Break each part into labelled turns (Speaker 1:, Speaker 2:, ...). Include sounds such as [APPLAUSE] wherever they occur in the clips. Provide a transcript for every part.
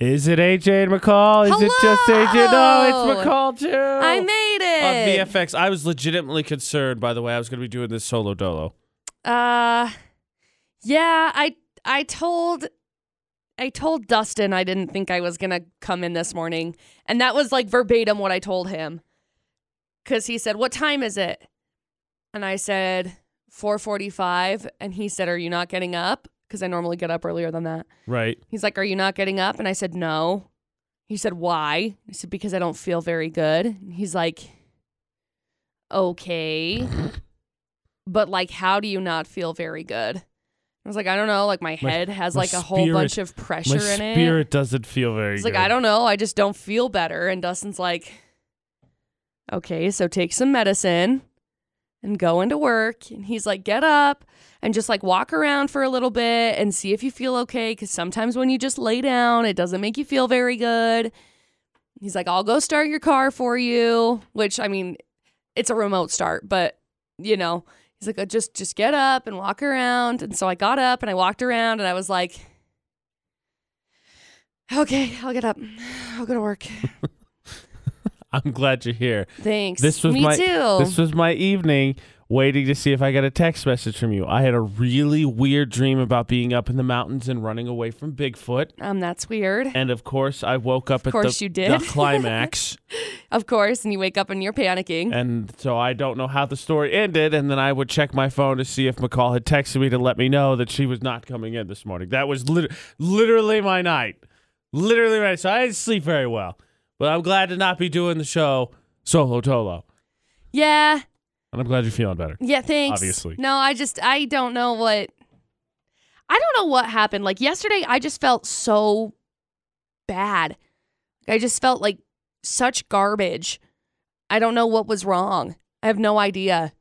Speaker 1: Is it AJ and McCall? Is it just AJ? No, it's McCall too.
Speaker 2: I made it.
Speaker 1: Oh, On VFX, I was legitimately concerned. By the way, I was going to be doing this solo dolo.
Speaker 2: Uh, yeah, I I told I told Dustin I didn't think I was gonna come in this morning, and that was like verbatim what I told him. Cause he said, "What time is it?" And I said, 4:45." And he said, "Are you not getting up?" Because I normally get up earlier than that.
Speaker 1: Right.
Speaker 2: He's like, "Are you not getting up?" And I said, "No." He said, "Why?" I said, "Because I don't feel very good." And he's like, "Okay." But like, how do you not feel very good? I was like, I don't know. Like my
Speaker 1: My-
Speaker 2: head has
Speaker 1: my
Speaker 2: like a whole
Speaker 1: spirit-
Speaker 2: bunch of pressure
Speaker 1: My
Speaker 2: in it.
Speaker 1: spirit doesn't feel very
Speaker 2: He's
Speaker 1: good.
Speaker 2: like, I don't know. I just don't feel better. And Dustin's like, okay, so take some medicine and go into work. And he's like, get up and just like walk around for a little bit and see if you feel okay. Cause sometimes when you just lay down, it doesn't make you feel very good. He's like, I'll go start your car for you, which I mean, it's a remote start, but you know, he's like, "Uh, just just get up and walk around. And so I got up and I walked around and I was like, okay, I'll get up. I'll go to work.
Speaker 1: I'm glad you're here.
Speaker 2: Thanks.
Speaker 1: This was
Speaker 2: Me
Speaker 1: my
Speaker 2: too.
Speaker 1: this was my evening waiting to see if I got a text message from you. I had a really weird dream about being up in the mountains and running away from Bigfoot.
Speaker 2: um, that's weird.
Speaker 1: And of course, I woke up at
Speaker 2: course
Speaker 1: the,
Speaker 2: you did.
Speaker 1: the
Speaker 2: [LAUGHS]
Speaker 1: climax.
Speaker 2: Of course. And you wake up and you're panicking.
Speaker 1: and so I don't know how the story ended. And then I would check my phone to see if McCall had texted me to let me know that she was not coming in this morning. That was lit- literally my night. Literally my So I didn't sleep very well. But I'm glad to not be doing the show solo tolo.
Speaker 2: yeah.
Speaker 1: And I'm glad you're feeling better.
Speaker 2: Yeah. Thanks.
Speaker 1: Obviously.
Speaker 2: No, I just I don't know what. I don't know what happened. Like yesterday, I just felt so bad. I just felt like such garbage. I don't know what was wrong. I have no idea.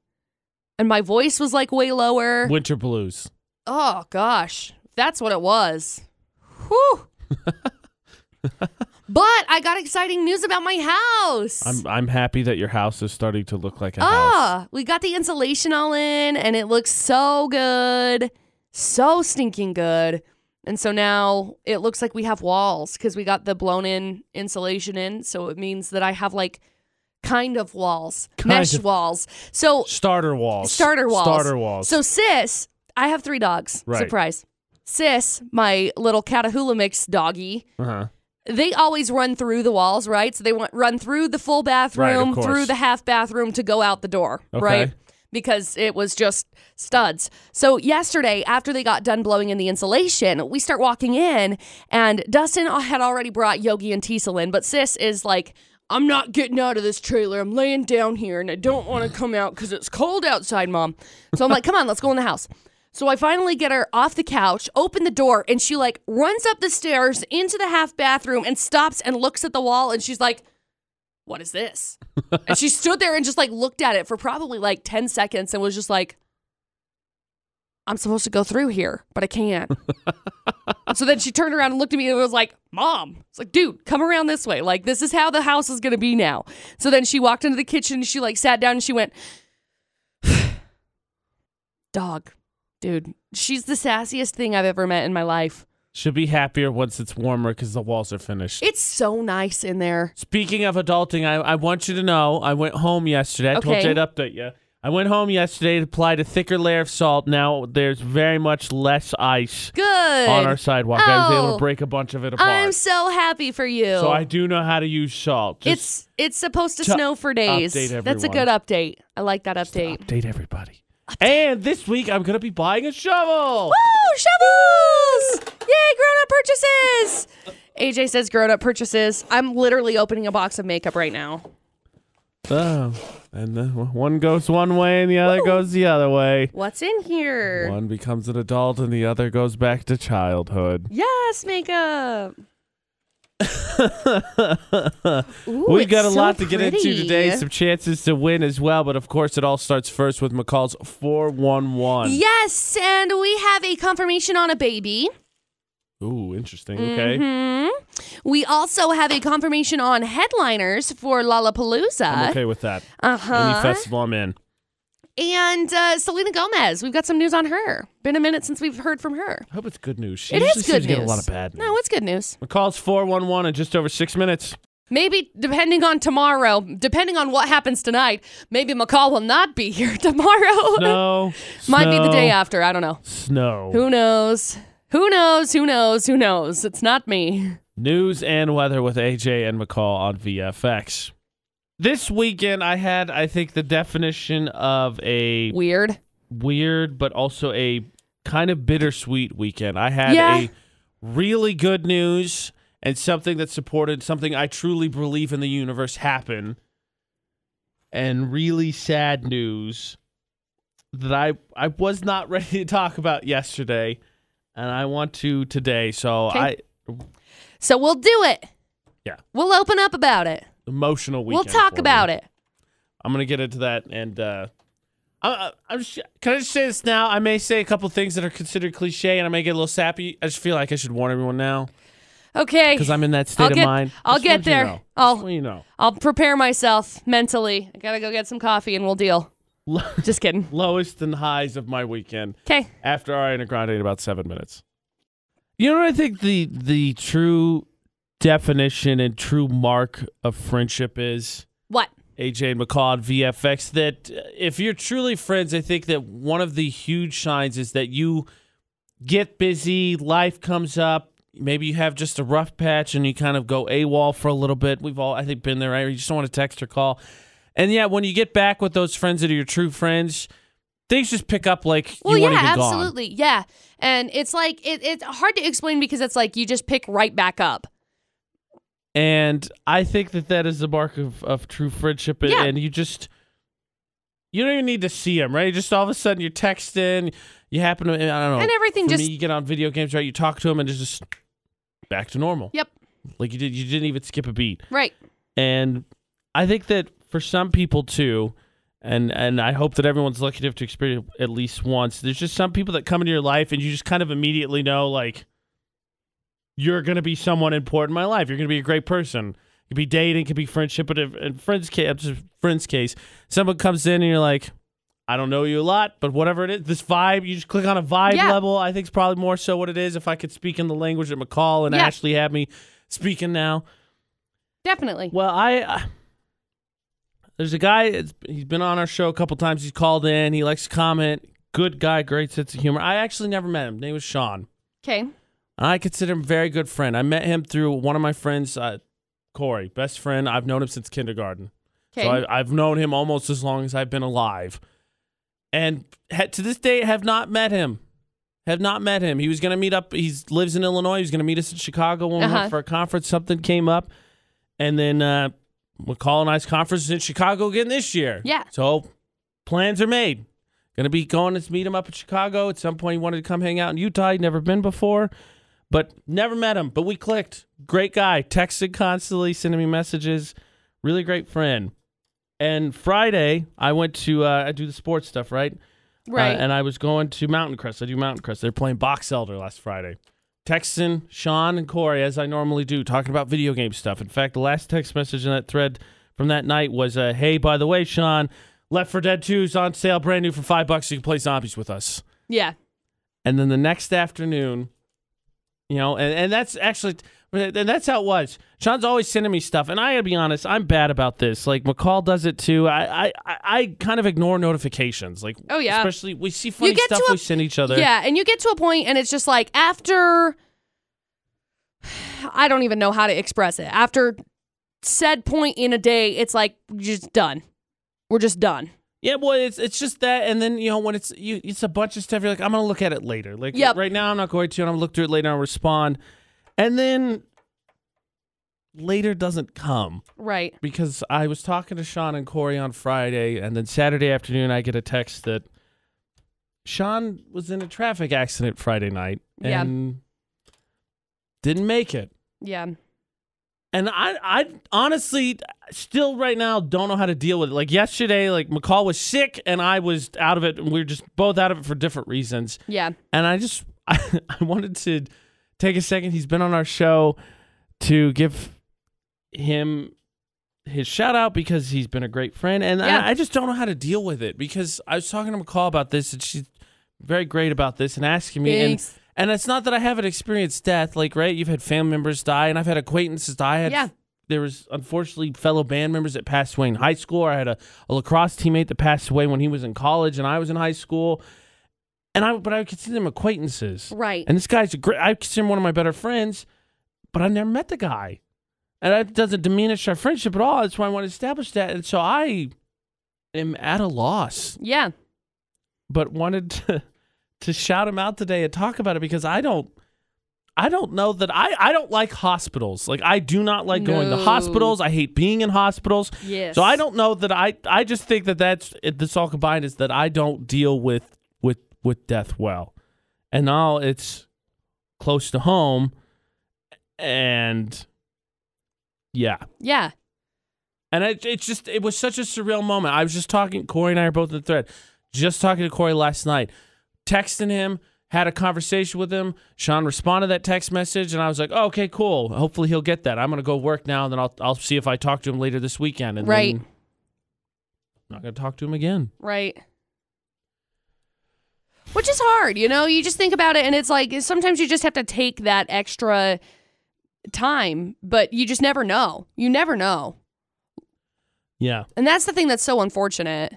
Speaker 2: And my voice was like way lower.
Speaker 1: Winter blues.
Speaker 2: Oh gosh, that's what it was.
Speaker 1: [LAUGHS]
Speaker 2: Whew. but I got exciting news about my house.
Speaker 1: I'm I'm happy that your house is starting to look like a house.
Speaker 2: Ah, we got the insulation all in, and it looks so good, so stinking good. And so now it looks like we have walls because we got the blown in insulation in. So it means that I have like kind of walls,
Speaker 1: Kind
Speaker 2: mesh
Speaker 1: of.
Speaker 2: walls. So
Speaker 1: Starter walls.
Speaker 2: Starter walls.
Speaker 1: Starter walls.
Speaker 2: So sis, I have three dogs.
Speaker 1: Right.
Speaker 2: Surprise. Sis, my little Catahoula mix doggy,
Speaker 1: uh-huh.
Speaker 2: they always run through the walls, right? So they want, run through the full bathroom,
Speaker 1: course.
Speaker 2: through the half bathroom to go out the door,
Speaker 1: Okay.
Speaker 2: right? Because it was just studs. So yesterday, after they got done blowing in the insulation, we start walking in, and Dustin had already brought Yogi and Tisel in, but Sis is like, I'm not getting out of this trailer. I'm laying down here, and I don't want to come out because it's cold outside, Mom. So I'm like, come on, let's go in the house. So I finally get her off the couch, open the door, and she like runs up the stairs into the half bathroom and stops and looks at the wall and she's like, What is this? and she stood there and just like looked at it for probably like 10 seconds and was just like, I'm supposed to go through here, but
Speaker 1: [LAUGHS]
Speaker 2: I can't. And so then she turned around and looked at me and was like, Mom. It's like, dude, come around this way. Like, this is how the house is going to be now. So then she walked into the kitchen and she like sat down and she went, [SIGHS] Dog, dude, she's the sassiest thing I've ever met in my life.
Speaker 1: Should be happier once it's warmer because the walls are finished.
Speaker 2: It's so nice in there.
Speaker 1: Speaking of adulting, I, I want you to know I went home yesterday. I told
Speaker 2: Okay.
Speaker 1: you I'd update you. I went home yesterday to apply a thicker layer of salt. Now there's very much less ice
Speaker 2: Good.
Speaker 1: on our sidewalk. I was able
Speaker 2: Oh.
Speaker 1: to break a bunch of it apart.
Speaker 2: I'm so happy for you.
Speaker 1: so I do know how to use salt. Just
Speaker 2: it's it's supposed to
Speaker 1: to
Speaker 2: snow for days.
Speaker 1: update
Speaker 2: That's a
Speaker 1: everyone.
Speaker 2: good update. I like that update.
Speaker 1: update everybody. And this week I'm gonna be buying a shovel.
Speaker 2: Woo! Oh, Shovels! Yay, grown up purchases! AJ says grown up purchases. I'm literally opening a box of makeup right now.
Speaker 1: Oh, and the, one goes one way and the other goes the other way.
Speaker 2: What's in here?
Speaker 1: One becomes an adult and the other goes back to childhood. [LAUGHS]
Speaker 2: Yes, makeup. Ooh,
Speaker 1: we
Speaker 2: it's
Speaker 1: got a
Speaker 2: so
Speaker 1: lot to get into
Speaker 2: pretty.
Speaker 1: today. Some chances to win as well, but of course, it all starts first with McCall's four-one-one.
Speaker 2: Yes, and we have a confirmation on a baby.
Speaker 1: Ooh, interesting. Okay,
Speaker 2: hmm We also have a confirmation on headliners for Lollapalooza.
Speaker 1: I'm okay with that.
Speaker 2: Uh huh.
Speaker 1: Any festival I'm in.
Speaker 2: And uh, Selena Gomez, we've got some news on her. Been a minute since we've heard from her.
Speaker 1: I hope it's good news. She
Speaker 2: It
Speaker 1: usually
Speaker 2: is good
Speaker 1: seems to
Speaker 2: news.
Speaker 1: Get a lot of bad news.
Speaker 2: No, it's good news.
Speaker 1: McCall's 411 in just over six minutes.
Speaker 2: Maybe depending on tomorrow, depending on what happens tonight, maybe McCall will not be here [LAUGHS] tomorrow.
Speaker 1: Snow.
Speaker 2: [LAUGHS] Might be the
Speaker 1: snow,
Speaker 2: day after. I don't know.
Speaker 1: Snow.
Speaker 2: Who knows? Who knows? Who knows? Who knows? It's not me.
Speaker 1: News and weather with AJ and McCall on VFX. This weekend, I had, I think, the definition of a
Speaker 2: Weird.
Speaker 1: weird, but also a kind of bittersweet weekend. I had
Speaker 2: Yeah.
Speaker 1: a really good news and something that supported something I truly believe in the universe happen, and really sad news that I I was not [LAUGHS] ready to talk about yesterday, and I want to today. So
Speaker 2: 'Kay.
Speaker 1: I
Speaker 2: So we'll do it.
Speaker 1: Yeah.
Speaker 2: We'll open up about it.
Speaker 1: emotional
Speaker 2: we'll
Speaker 1: weekend.
Speaker 2: talk about it.
Speaker 1: I'm gonna get into that and. uh I- I- I'm just, can I just say this now? I may say a couple things that are considered cliche, and I may get a little sappy. I just feel like I should warn everyone now.
Speaker 2: Okay.
Speaker 1: because I'm in that state
Speaker 2: I'll get-
Speaker 1: of mind.
Speaker 2: I'll
Speaker 1: Just
Speaker 2: get
Speaker 1: want you to
Speaker 2: there.
Speaker 1: know. Just
Speaker 2: I'll-
Speaker 1: want you to know. [LAUGHS]
Speaker 2: I'll prepare myself mentally. I gotta go get some coffee and we'll deal.
Speaker 1: Lo-
Speaker 2: Just kidding.
Speaker 1: lowest and highs of my weekend
Speaker 2: Okay.
Speaker 1: after Ariana Grande in about seven minutes. You know what I think the the true definition and true mark of friendship is
Speaker 2: What?
Speaker 1: AJ and McCall at VFX. That uh, if you're truly friends, I think that one of the huge signs is that you get busy, life comes up. Maybe you have just a rough patch and you kind of go AWOL for a little bit. We've all, I think, been there, right? You just don't want to text or call. And yeah, when you get back with those friends that are your true friends, things just pick up like
Speaker 2: Well,
Speaker 1: you
Speaker 2: yeah,
Speaker 1: weren't even gone.
Speaker 2: absolutely. Yeah. And it's like, it, it's hard to explain because it's like you just pick right back up.
Speaker 1: And I think that that is the mark of, of true friendship. And,
Speaker 2: Yeah.
Speaker 1: and you just, you don't even need to see them, right? Just all of a sudden you're texting, you happen to, I don't know.
Speaker 2: and everything
Speaker 1: Oh, for
Speaker 2: just,
Speaker 1: me, you get on video games, right? You talk to them and it's just back to normal.
Speaker 2: Yep.
Speaker 1: Like you did, you didn't even skip a beat.
Speaker 2: right.
Speaker 1: And I think that for some people too, and and I hope that everyone's lucky enough to experience it at least once. There's just some people that come into your life and you just kind of immediately know like you're gonna be someone important in my life. You're gonna be a great person. It could be dating, it could be friendship, but if, in friends case, friends case, someone comes in and you're like, I don't know you a lot, but whatever it is, this vibe, you just click on a vibe
Speaker 2: Yeah.
Speaker 1: level. I think it's probably more so what it is. If I could speak in the language that McCall and
Speaker 2: Yeah.
Speaker 1: Ashley had me speaking now,
Speaker 2: Definitely.
Speaker 1: well, I uh, there's a guy. It's, he's been on our show a couple times. He's called in. He likes to comment. Good guy, great sense of humor. I actually never met him. His name was Sean.
Speaker 2: Okay.
Speaker 1: I consider him a very good friend. I met him through one of my friends, uh, Corey, best friend. I've known him since kindergarten.
Speaker 2: Okay.
Speaker 1: So I, uh, I've known him almost as long as I've been alive, and ha- to this day have not met him. Have not met him. He was going to meet up. He lives in Illinois. He was going to meet us in Chicago when we
Speaker 2: Uh-huh.
Speaker 1: went for a conference. Something came up, and then uh, McCall and I's conference is in Chicago again this year.
Speaker 2: Yeah.
Speaker 1: So plans are made. Going to be going to meet him up in Chicago at some point. He wanted to come hang out in Utah. He'd never been before, but never met him. But we clicked. Great guy. Texted constantly, sending me messages. Really great friend. And Friday, I went to uh, I do the sports stuff, right? Uh,
Speaker 2: right.
Speaker 1: and I was going to Mountain Crest. I do Mountain Crest. They're playing Box Elder last Friday. Texting Sean and Corey as I normally do, talking about video game stuff. In fact, the last text message in that thread from that night was, uh, "Hey, by the way, Sean, Left for Dead 2 is on sale, brand new for five bucks. You can play zombies with us."
Speaker 2: yeah.
Speaker 1: And then the next afternoon, you know, and, and that's actually, and that's how it was. Sean's always sending me stuff. And I gotta be honest, I'm bad about this. Like McCall does it too. I, I, I- I kind of ignore notifications. Like,
Speaker 2: Oh, yeah.
Speaker 1: Especially we see funny
Speaker 2: get
Speaker 1: stuff
Speaker 2: to a-
Speaker 1: we send each other.
Speaker 2: Yeah, and you get to a point and it's just like after [SIGHS] I don't even know how to express it. After said point in a day, it's like you're just done. We're just done.
Speaker 1: Yeah, well, it's it's just that, and then you know when it's you, it's a bunch of stuff. You're like, I'm gonna look at it later. Like
Speaker 2: Yep.
Speaker 1: right now, I'm not going to, and I'm gonna look through it later. and I'll respond, and then later doesn't come.
Speaker 2: Right.
Speaker 1: because I was talking to Sean and Corey on Friday, and then Saturday afternoon I get a text that Sean was in a traffic accident Friday night
Speaker 2: Yeah.
Speaker 1: and didn't make it.
Speaker 2: Yeah.
Speaker 1: And I, I honestly still right now don't know how to deal with it. Like yesterday, like McCall was sick and I was out of it, and we were just both out of it for different reasons
Speaker 2: Yeah.
Speaker 1: and I just [LAUGHS] I, wanted to take a second. He's been on our show to give him his shout out because he's been a great friend. And
Speaker 2: Yeah.
Speaker 1: I, I just don't know how to deal with it because I was talking to McCall about this and she's very great about this and asking me.
Speaker 2: Thanks.
Speaker 1: And, and it's not that I haven't experienced death, like, right? You've had family members die and I've had acquaintances die. I had,
Speaker 2: Yeah.
Speaker 1: There was unfortunately fellow band members that passed away in high school. Or I had a, a lacrosse teammate that passed away when he was in college and I was in high school. And I, but I would consider them acquaintances.
Speaker 2: Right.
Speaker 1: And this guy's a great, I consider him one of my better friends, but I never met the guy. And that doesn't diminish our friendship at all. That's why I want to establish that. And so I am at a loss,
Speaker 2: yeah.
Speaker 1: but wanted to, [LAUGHS] to shout him out today and talk about it because I don't. I don't know that I, I don't like hospitals. Like I do not like going to
Speaker 2: No.
Speaker 1: hospitals. I hate being in hospitals.
Speaker 2: Yes.
Speaker 1: So I don't know that I I just think that that's it- this all combined is that I don't deal with with with death well, and now it's close to home, and yeah,
Speaker 2: Yeah.
Speaker 1: and it, it's just it was such a surreal moment. I was just talking. Corey and I are both in the thread. Just talking to Corey last night, texting him. Had a conversation with him. Sean responded to that text message, and I was like, oh, "Okay, cool. Hopefully he'll get that. I'm gonna go work now, and then I'll I'll see if I talk to him later this weekend." And
Speaker 2: Right.
Speaker 1: then not gonna talk to him again.
Speaker 2: Right. Which is hard, you know? You just think about it and it's like sometimes you just have to take that extra time, but you just never know. You never know.
Speaker 1: Yeah,
Speaker 2: And that's the thing that's so unfortunate.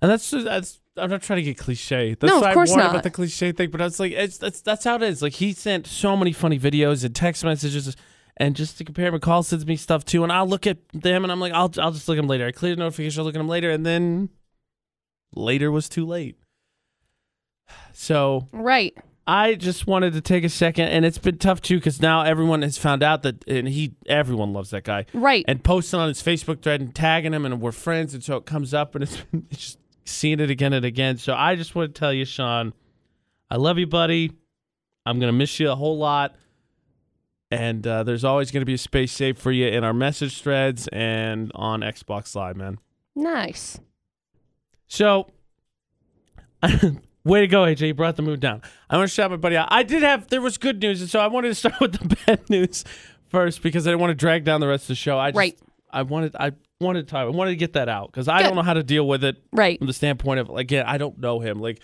Speaker 1: and that's that's. I'm not trying to get cliche. That's
Speaker 2: No, of
Speaker 1: why
Speaker 2: course
Speaker 1: I warned
Speaker 2: not.
Speaker 1: about the cliche thing, but I was like, it's, that's that's how it is. Like he sent so many funny videos and text messages, and just to compare, McCall sends me stuff too, and I'll look at them, and I'm like, I'll I'll just look at them later. I clear the notification, I'll look at them later, and then later was too late. So
Speaker 2: Right.
Speaker 1: I just wanted to take a second, and it's been tough too because now everyone has found out that, and he everyone loves that guy
Speaker 2: Right.
Speaker 1: and posting on his Facebook thread and tagging him, and we're friends. And so it comes up, and it's, [LAUGHS] it's just seeing it again and again. So I just want to tell you, Sean, I love you, buddy. I'm gonna miss you a whole lot, and uh, there's always gonna be a space saved for you in our message threads and on Xbox Live, man.
Speaker 2: nice.
Speaker 1: So, [LAUGHS] way to go, AJ. You brought the mood down. I want to shout my buddy out. I did have, there was good news. And so I wanted to [LAUGHS] start with the bad news first because I didn't want to drag down the rest of the show. I just,
Speaker 2: Right.
Speaker 1: I wanted, I wanted to, I wanted to get that out because I
Speaker 2: Good.
Speaker 1: don't know how to deal with it
Speaker 2: Right.
Speaker 1: from the standpoint of, again, I don't know him. Like,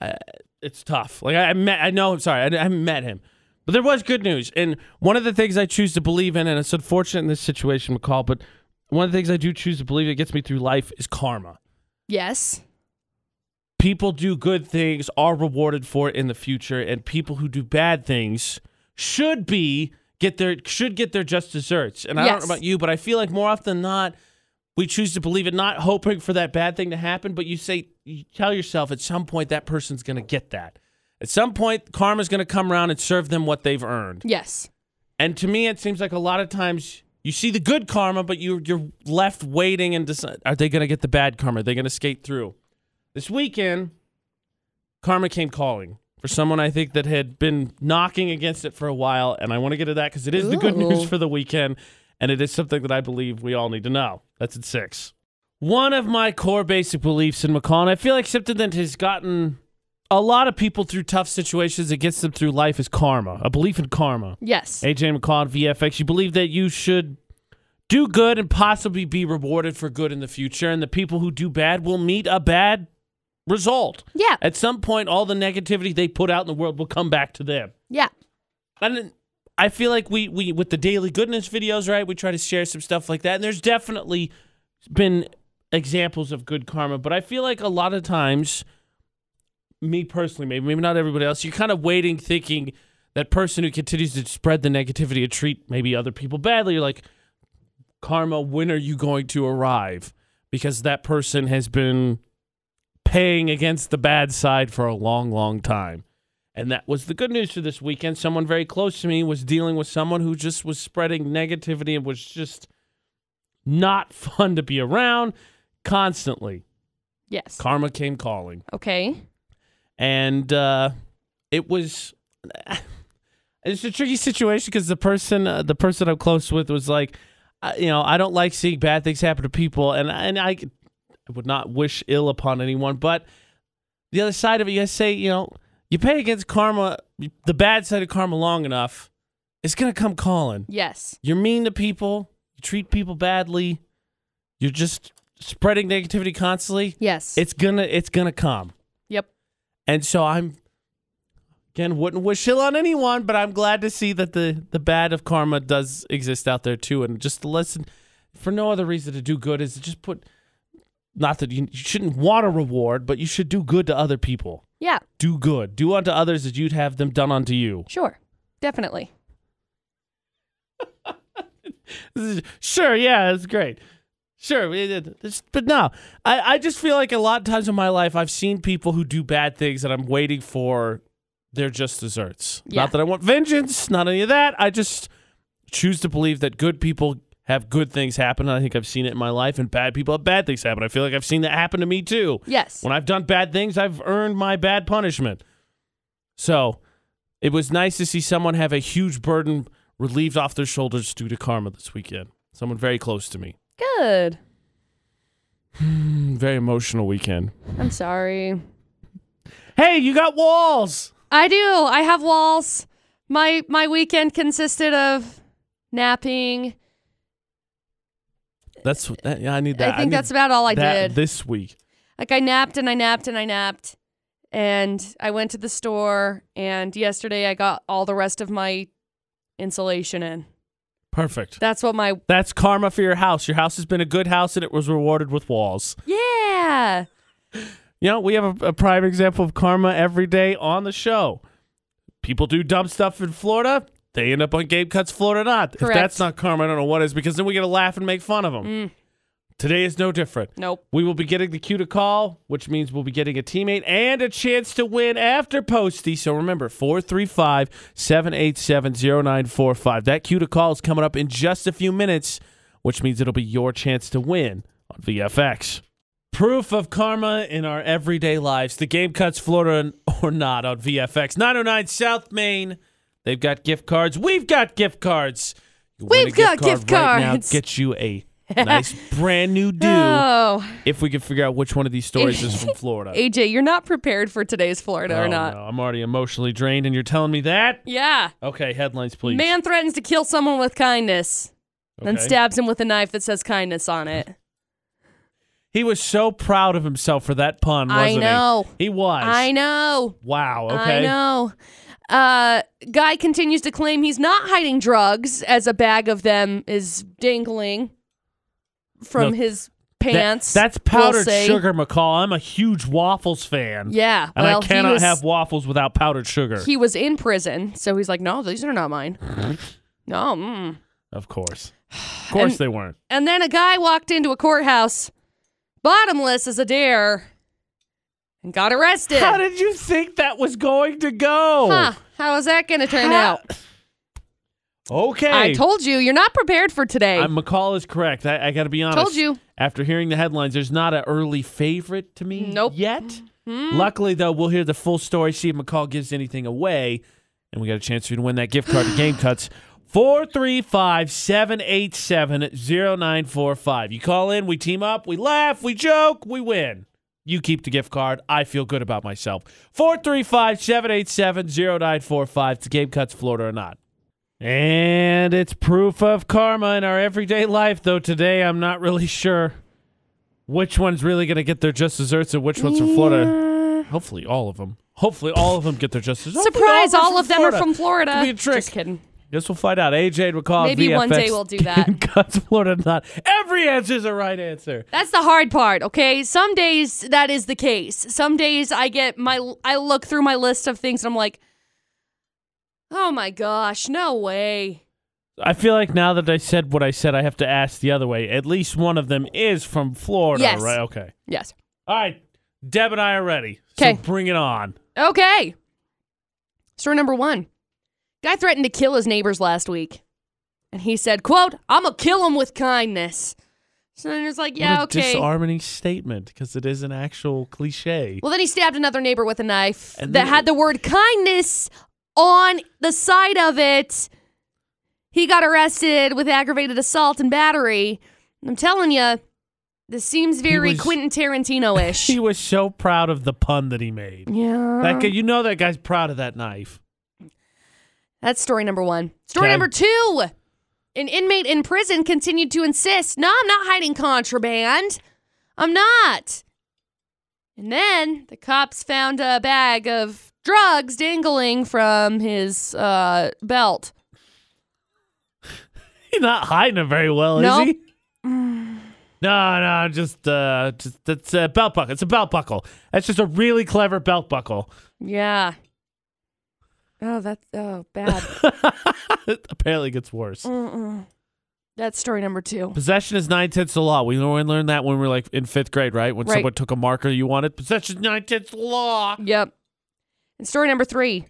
Speaker 1: I, it's tough. Like, I, I met, I know him, sorry, I, I haven't met him. But there was good news. And one of the things I choose to believe in, and it's unfortunate in this situation, McCall, but one of the things I do choose to believe that gets me through life is karma
Speaker 2: Yes.
Speaker 1: people do good things are rewarded for it in the future and people who do bad things should be get their should get their just desserts and i don't
Speaker 2: Yes.
Speaker 1: know about you but i feel like more often than not we choose to believe it not hoping for that bad thing to happen but you say you tell yourself at some point that person's going to get that at some point karma's going to come around and serve them what they've earned
Speaker 2: Yes.
Speaker 1: and to me, it seems like a lot of times you see the good karma, but you you're left waiting and decide, are they going to get the bad karma? Are they going to skate through? This weekend, karma came calling for someone I think that had been knocking against it for a while, and I want to get to that because it is the good
Speaker 2: Ooh.
Speaker 1: news for the weekend, and it is something that I believe we all need to know. That's at six. One of my core basic beliefs in McCall, and I feel like something that has gotten a lot of people through tough situations, it gets them through life, is karma, a belief in karma.
Speaker 2: Yes.
Speaker 1: AJ McCall on VFX. You believe that you should do good and possibly be rewarded for good in the future, and the people who do bad will meet a bad result.
Speaker 2: Yeah.
Speaker 1: At some point, all the negativity they put out in the world will come back to them.
Speaker 2: Yeah.
Speaker 1: And then I feel like we we with the daily goodness videos, right? We try to share some stuff like that, and there's definitely been examples of good karma, but I feel like a lot of times, me personally, maybe maybe not everybody else, you're kind of waiting, thinking that person who continues to spread the negativity and treat maybe other people badly, you're like, karma, when are you going to arrive? Because that person has been paying against the bad side for a long, long time. And that was the good news for this weekend. Someone very close to me was dealing with someone who just was spreading negativity and was just not fun to be around constantly.
Speaker 2: Yes.
Speaker 1: Karma came calling.
Speaker 2: Okay.
Speaker 1: And uh, it was. [SIGHS] It's a tricky situation because the person, uh, the person I'm close with, was like, I, you know, I don't like seeing bad things happen to people, and and I, I would not wish ill upon anyone. But the other side of it, you gotta say, you know, you pay against karma, the bad side of karma, long enough, it's gonna come calling.
Speaker 2: Yes.
Speaker 1: You're mean to people, you treat people badly, You're just spreading negativity constantly.
Speaker 2: Yes.
Speaker 1: It's gonna it's gonna come.
Speaker 2: yep.
Speaker 1: And so I'm again wouldn't wish ill on anyone, but I'm glad to see that the the bad of karma does exist out there too. And just the lesson for no other reason to do good is to just put not that you, you shouldn't want a reward, but you should do good to other people.
Speaker 2: Yeah.
Speaker 1: Do good. Do unto others as you'd have them done unto you.
Speaker 2: Sure. Definitely.
Speaker 1: This is- Sure, yeah, it's great. Sure, we did this- but no, I, I just feel like a lot of times in my life I've seen people who do bad things and I'm waiting for their just desserts.
Speaker 2: Yeah.
Speaker 1: Not that I want vengeance, not any of that. I just choose to believe that good people have good things happen. And I think I've seen it in my life, and bad people have bad things happen. I feel like I've seen that happen to me too.
Speaker 2: Yes.
Speaker 1: When I've done bad things, I've earned my bad punishment. So it was nice to see someone have a huge burden relieved off their shoulders due to karma this weekend. Someone very close to me. Mm,
Speaker 2: Good.
Speaker 1: Very emotional weekend.
Speaker 2: I'm sorry.
Speaker 1: Hey, you got walls.
Speaker 2: I do. I have walls. My my weekend consisted of napping.
Speaker 1: That's that, yeah, I need that.
Speaker 2: I think
Speaker 1: need
Speaker 2: that's about all I
Speaker 1: that
Speaker 2: did.
Speaker 1: this week.
Speaker 2: like I napped and I napped and I napped. And I went to the store and yesterday I got all the rest of my insulation in.
Speaker 1: Perfect.
Speaker 2: That's what my
Speaker 1: That's karma for your house. Your house has been a good house and it was rewarded with walls.
Speaker 2: Yeah.
Speaker 1: You know, we have a, a prime example of karma every day on the show. People do dumb stuff in Florida. They end up on Gabe Cuts Florida or not.
Speaker 2: Correct.
Speaker 1: If that's not karma, I don't know what is because then we get to laugh and make fun of them. Today is no different.
Speaker 2: Nope.
Speaker 1: We will be getting the cue to call, which means we'll be getting a teammate and a chance to win after Posty. So remember, 435 787 0945. That cue to call is coming up in just a few minutes, which means it'll be your chance to win on VFX. Proof of karma in our everyday lives. The game cuts Florida [LAUGHS] or not on VFX. 909 South Main. They've got gift cards. We've got gift cards. You win
Speaker 2: We've
Speaker 1: a
Speaker 2: got gift
Speaker 1: right now.
Speaker 2: cards.
Speaker 1: Get you a
Speaker 2: [LAUGHS]
Speaker 1: nice brand new do
Speaker 2: Oh.
Speaker 1: if we can figure out which one of these stories is
Speaker 2: [LAUGHS]
Speaker 1: from Florida.
Speaker 2: AJ, you're not prepared for today's Florida
Speaker 1: Oh,
Speaker 2: or not.
Speaker 1: no, I'm already emotionally drained, and you're telling me that?
Speaker 2: Yeah.
Speaker 1: Okay, headlines, please.
Speaker 2: Man threatens to kill someone with kindness, then
Speaker 1: Okay.
Speaker 2: stabs him with a knife that says kindness on it.
Speaker 1: He was so proud of himself for that pun,
Speaker 2: I
Speaker 1: wasn't
Speaker 2: know.
Speaker 1: he? He was.
Speaker 2: I know.
Speaker 1: Wow. Okay.
Speaker 2: I know. Uh, guy continues to claim he's not hiding drugs as a bag of them is dangling from
Speaker 1: Look,
Speaker 2: his
Speaker 1: That-
Speaker 2: pants.
Speaker 1: that's
Speaker 2: we'll
Speaker 1: powdered
Speaker 2: say.
Speaker 1: sugar, McCall. I'm a huge waffles fan.
Speaker 2: Yeah.
Speaker 1: And
Speaker 2: well,
Speaker 1: I cannot
Speaker 2: he was,
Speaker 1: have waffles without powdered sugar.
Speaker 2: He was in prison, so he's like, no, these are
Speaker 1: [LAUGHS]
Speaker 2: not mine. no. Mm.
Speaker 1: of
Speaker 2: [SIGHS]
Speaker 1: course. Of course
Speaker 2: And-
Speaker 1: they weren't.
Speaker 2: And then a guy walked into a courthouse, bottomless as a dare, and got arrested.
Speaker 1: How did you think that was going to go?
Speaker 2: huh. How is that going to turn
Speaker 1: How-
Speaker 2: out?
Speaker 1: Okay.
Speaker 2: I told you, you're not prepared for today.
Speaker 1: Uh, McCall is correct. I, I got to be honest.
Speaker 2: Told you.
Speaker 1: After hearing the headlines, there's not an early favorite to me
Speaker 2: Nope.
Speaker 1: yet. Luckily, though, we'll hear the full story, see if McCall gives anything away, and we got a chance for you to win that gift card to Game Cuts. 435 787 0945. You call in, we team up, we laugh, we joke, we win. You keep the gift card. I feel good about myself. 435 787 0945. It's Game Cuts, Florida or not. And it's proof of karma in our everyday life, though today I'm not really sure which one's really going to get their just desserts and which one's from Florida. Hopefully, all of them. Hopefully, all of them get their just desserts. Hopefully
Speaker 2: Surprise!
Speaker 1: are
Speaker 2: All of them are from Florida.
Speaker 1: Could be a trick.
Speaker 2: Just kidding.
Speaker 1: Guess we'll find out. AJ and McCall.
Speaker 2: Maybe one
Speaker 1: VFX
Speaker 2: day we'll
Speaker 1: [LAUGHS]
Speaker 2: do that.
Speaker 1: Cuts Florida or not. Every answer's a right answer.
Speaker 2: That's the hard part, okay? Some days that is the case. Some days I get my I look through my list of things and I'm like, "Oh my gosh, no way."
Speaker 1: I feel like now that I said what I said, I have to ask the other way. At least one of them is from Florida,
Speaker 2: Yes.
Speaker 1: right? Okay.
Speaker 2: Yes.
Speaker 1: All right. Deb and I are ready.
Speaker 2: Okay.
Speaker 1: So bring it on.
Speaker 2: Okay. Story number 1. Guy threatened to kill his neighbors last week. And he said, "Quote, I'm gonna kill him with kindness." So then it's like, "Yeah,
Speaker 1: what a
Speaker 2: okay."
Speaker 1: disarming statement because it is an actual cliche.
Speaker 2: Well, then he stabbed another neighbor with a knife
Speaker 1: And
Speaker 2: that
Speaker 1: then-
Speaker 2: had the word kindness on the side of it. He got arrested with aggravated assault and battery. I'm telling you, this seems very
Speaker 1: was-
Speaker 2: Quentin Tarantino ish.
Speaker 1: [LAUGHS] He was so proud of the pun that he made.
Speaker 2: yeah.
Speaker 1: That guy, you know that guy's proud of that knife. [LAUGHS]
Speaker 2: That's story number one. Story
Speaker 1: Okay.
Speaker 2: number two An inmate in prison continued to insist, No, I'm not hiding contraband. I'm not. And then the cops found a bag of drugs dangling from his uh, belt.
Speaker 1: He's not hiding it very well,
Speaker 2: Nope.
Speaker 1: is
Speaker 2: [SIGHS]
Speaker 1: he? No, no, just uh, just that's a belt buckle. It's a belt buckle. That's just a really clever belt buckle. [LAUGHS]
Speaker 2: Yeah. Oh, that's oh bad.
Speaker 1: it apparently gets worse.
Speaker 2: Mm-mm. That's story number two.
Speaker 1: Possession is nine tenths of the law. We learned learned that when we were like in fifth grade, right? When
Speaker 2: Right.
Speaker 1: someone took a marker you wanted. Possession is nine tenths of the law.
Speaker 2: Yep. And story number three.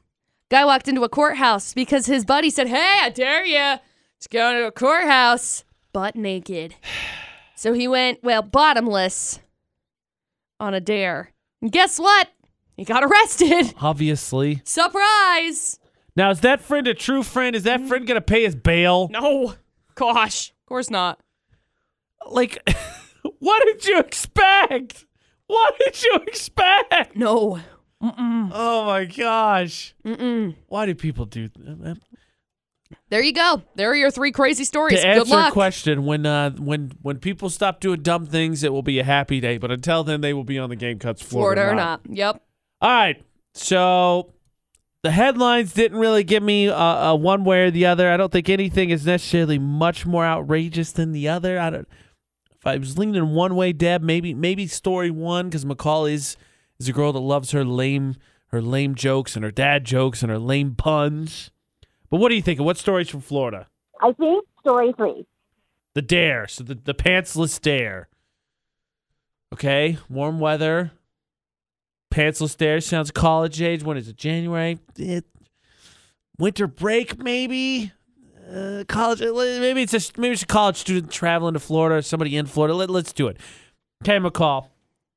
Speaker 2: Guy walked into a courthouse because his buddy said, Hey, I dare you to go to a courthouse butt naked. [SIGHS] So he went, well, bottomless on a dare. And guess what? He got arrested. [LAUGHS]
Speaker 1: Obviously.
Speaker 2: Surprise!
Speaker 1: Now is that friend a true friend? Is that friend gonna pay his bail?
Speaker 2: No. Gosh. Of course not.
Speaker 1: Like, [LAUGHS] what did you expect? What did you expect?
Speaker 2: No.
Speaker 1: Oh my gosh.
Speaker 2: Mm. Mm-mm.
Speaker 1: Why do people do uh, that?
Speaker 2: There you go. There are your three crazy stories.
Speaker 1: to
Speaker 2: Good
Speaker 1: answer a
Speaker 2: luck.
Speaker 1: question, when uh, when when people stop doing dumb things, it will be a happy day. But until then, they will be on the game cuts floor.
Speaker 2: Florida or not. Yep.
Speaker 1: All right. So the headlines didn't really give me uh, uh, one way or the other. I don't think anything is necessarily much more outrageous than the other. I don't. If I was leaning one way, Deb, maybe maybe story one because McCall is is a girl that loves her lame her lame jokes and her dad jokes and her lame puns. But what do you think? What stories from Florida?
Speaker 3: I think story three.
Speaker 1: The dare. So the, the pantsless dare. Okay. Warm weather. Pantsless dare sounds college age. When is it? January? Eh, winter break, maybe? Uh, college. Maybe it's just maybe it's a college student traveling to Florida or somebody in Florida. Let, let's do it. Okay, McCall.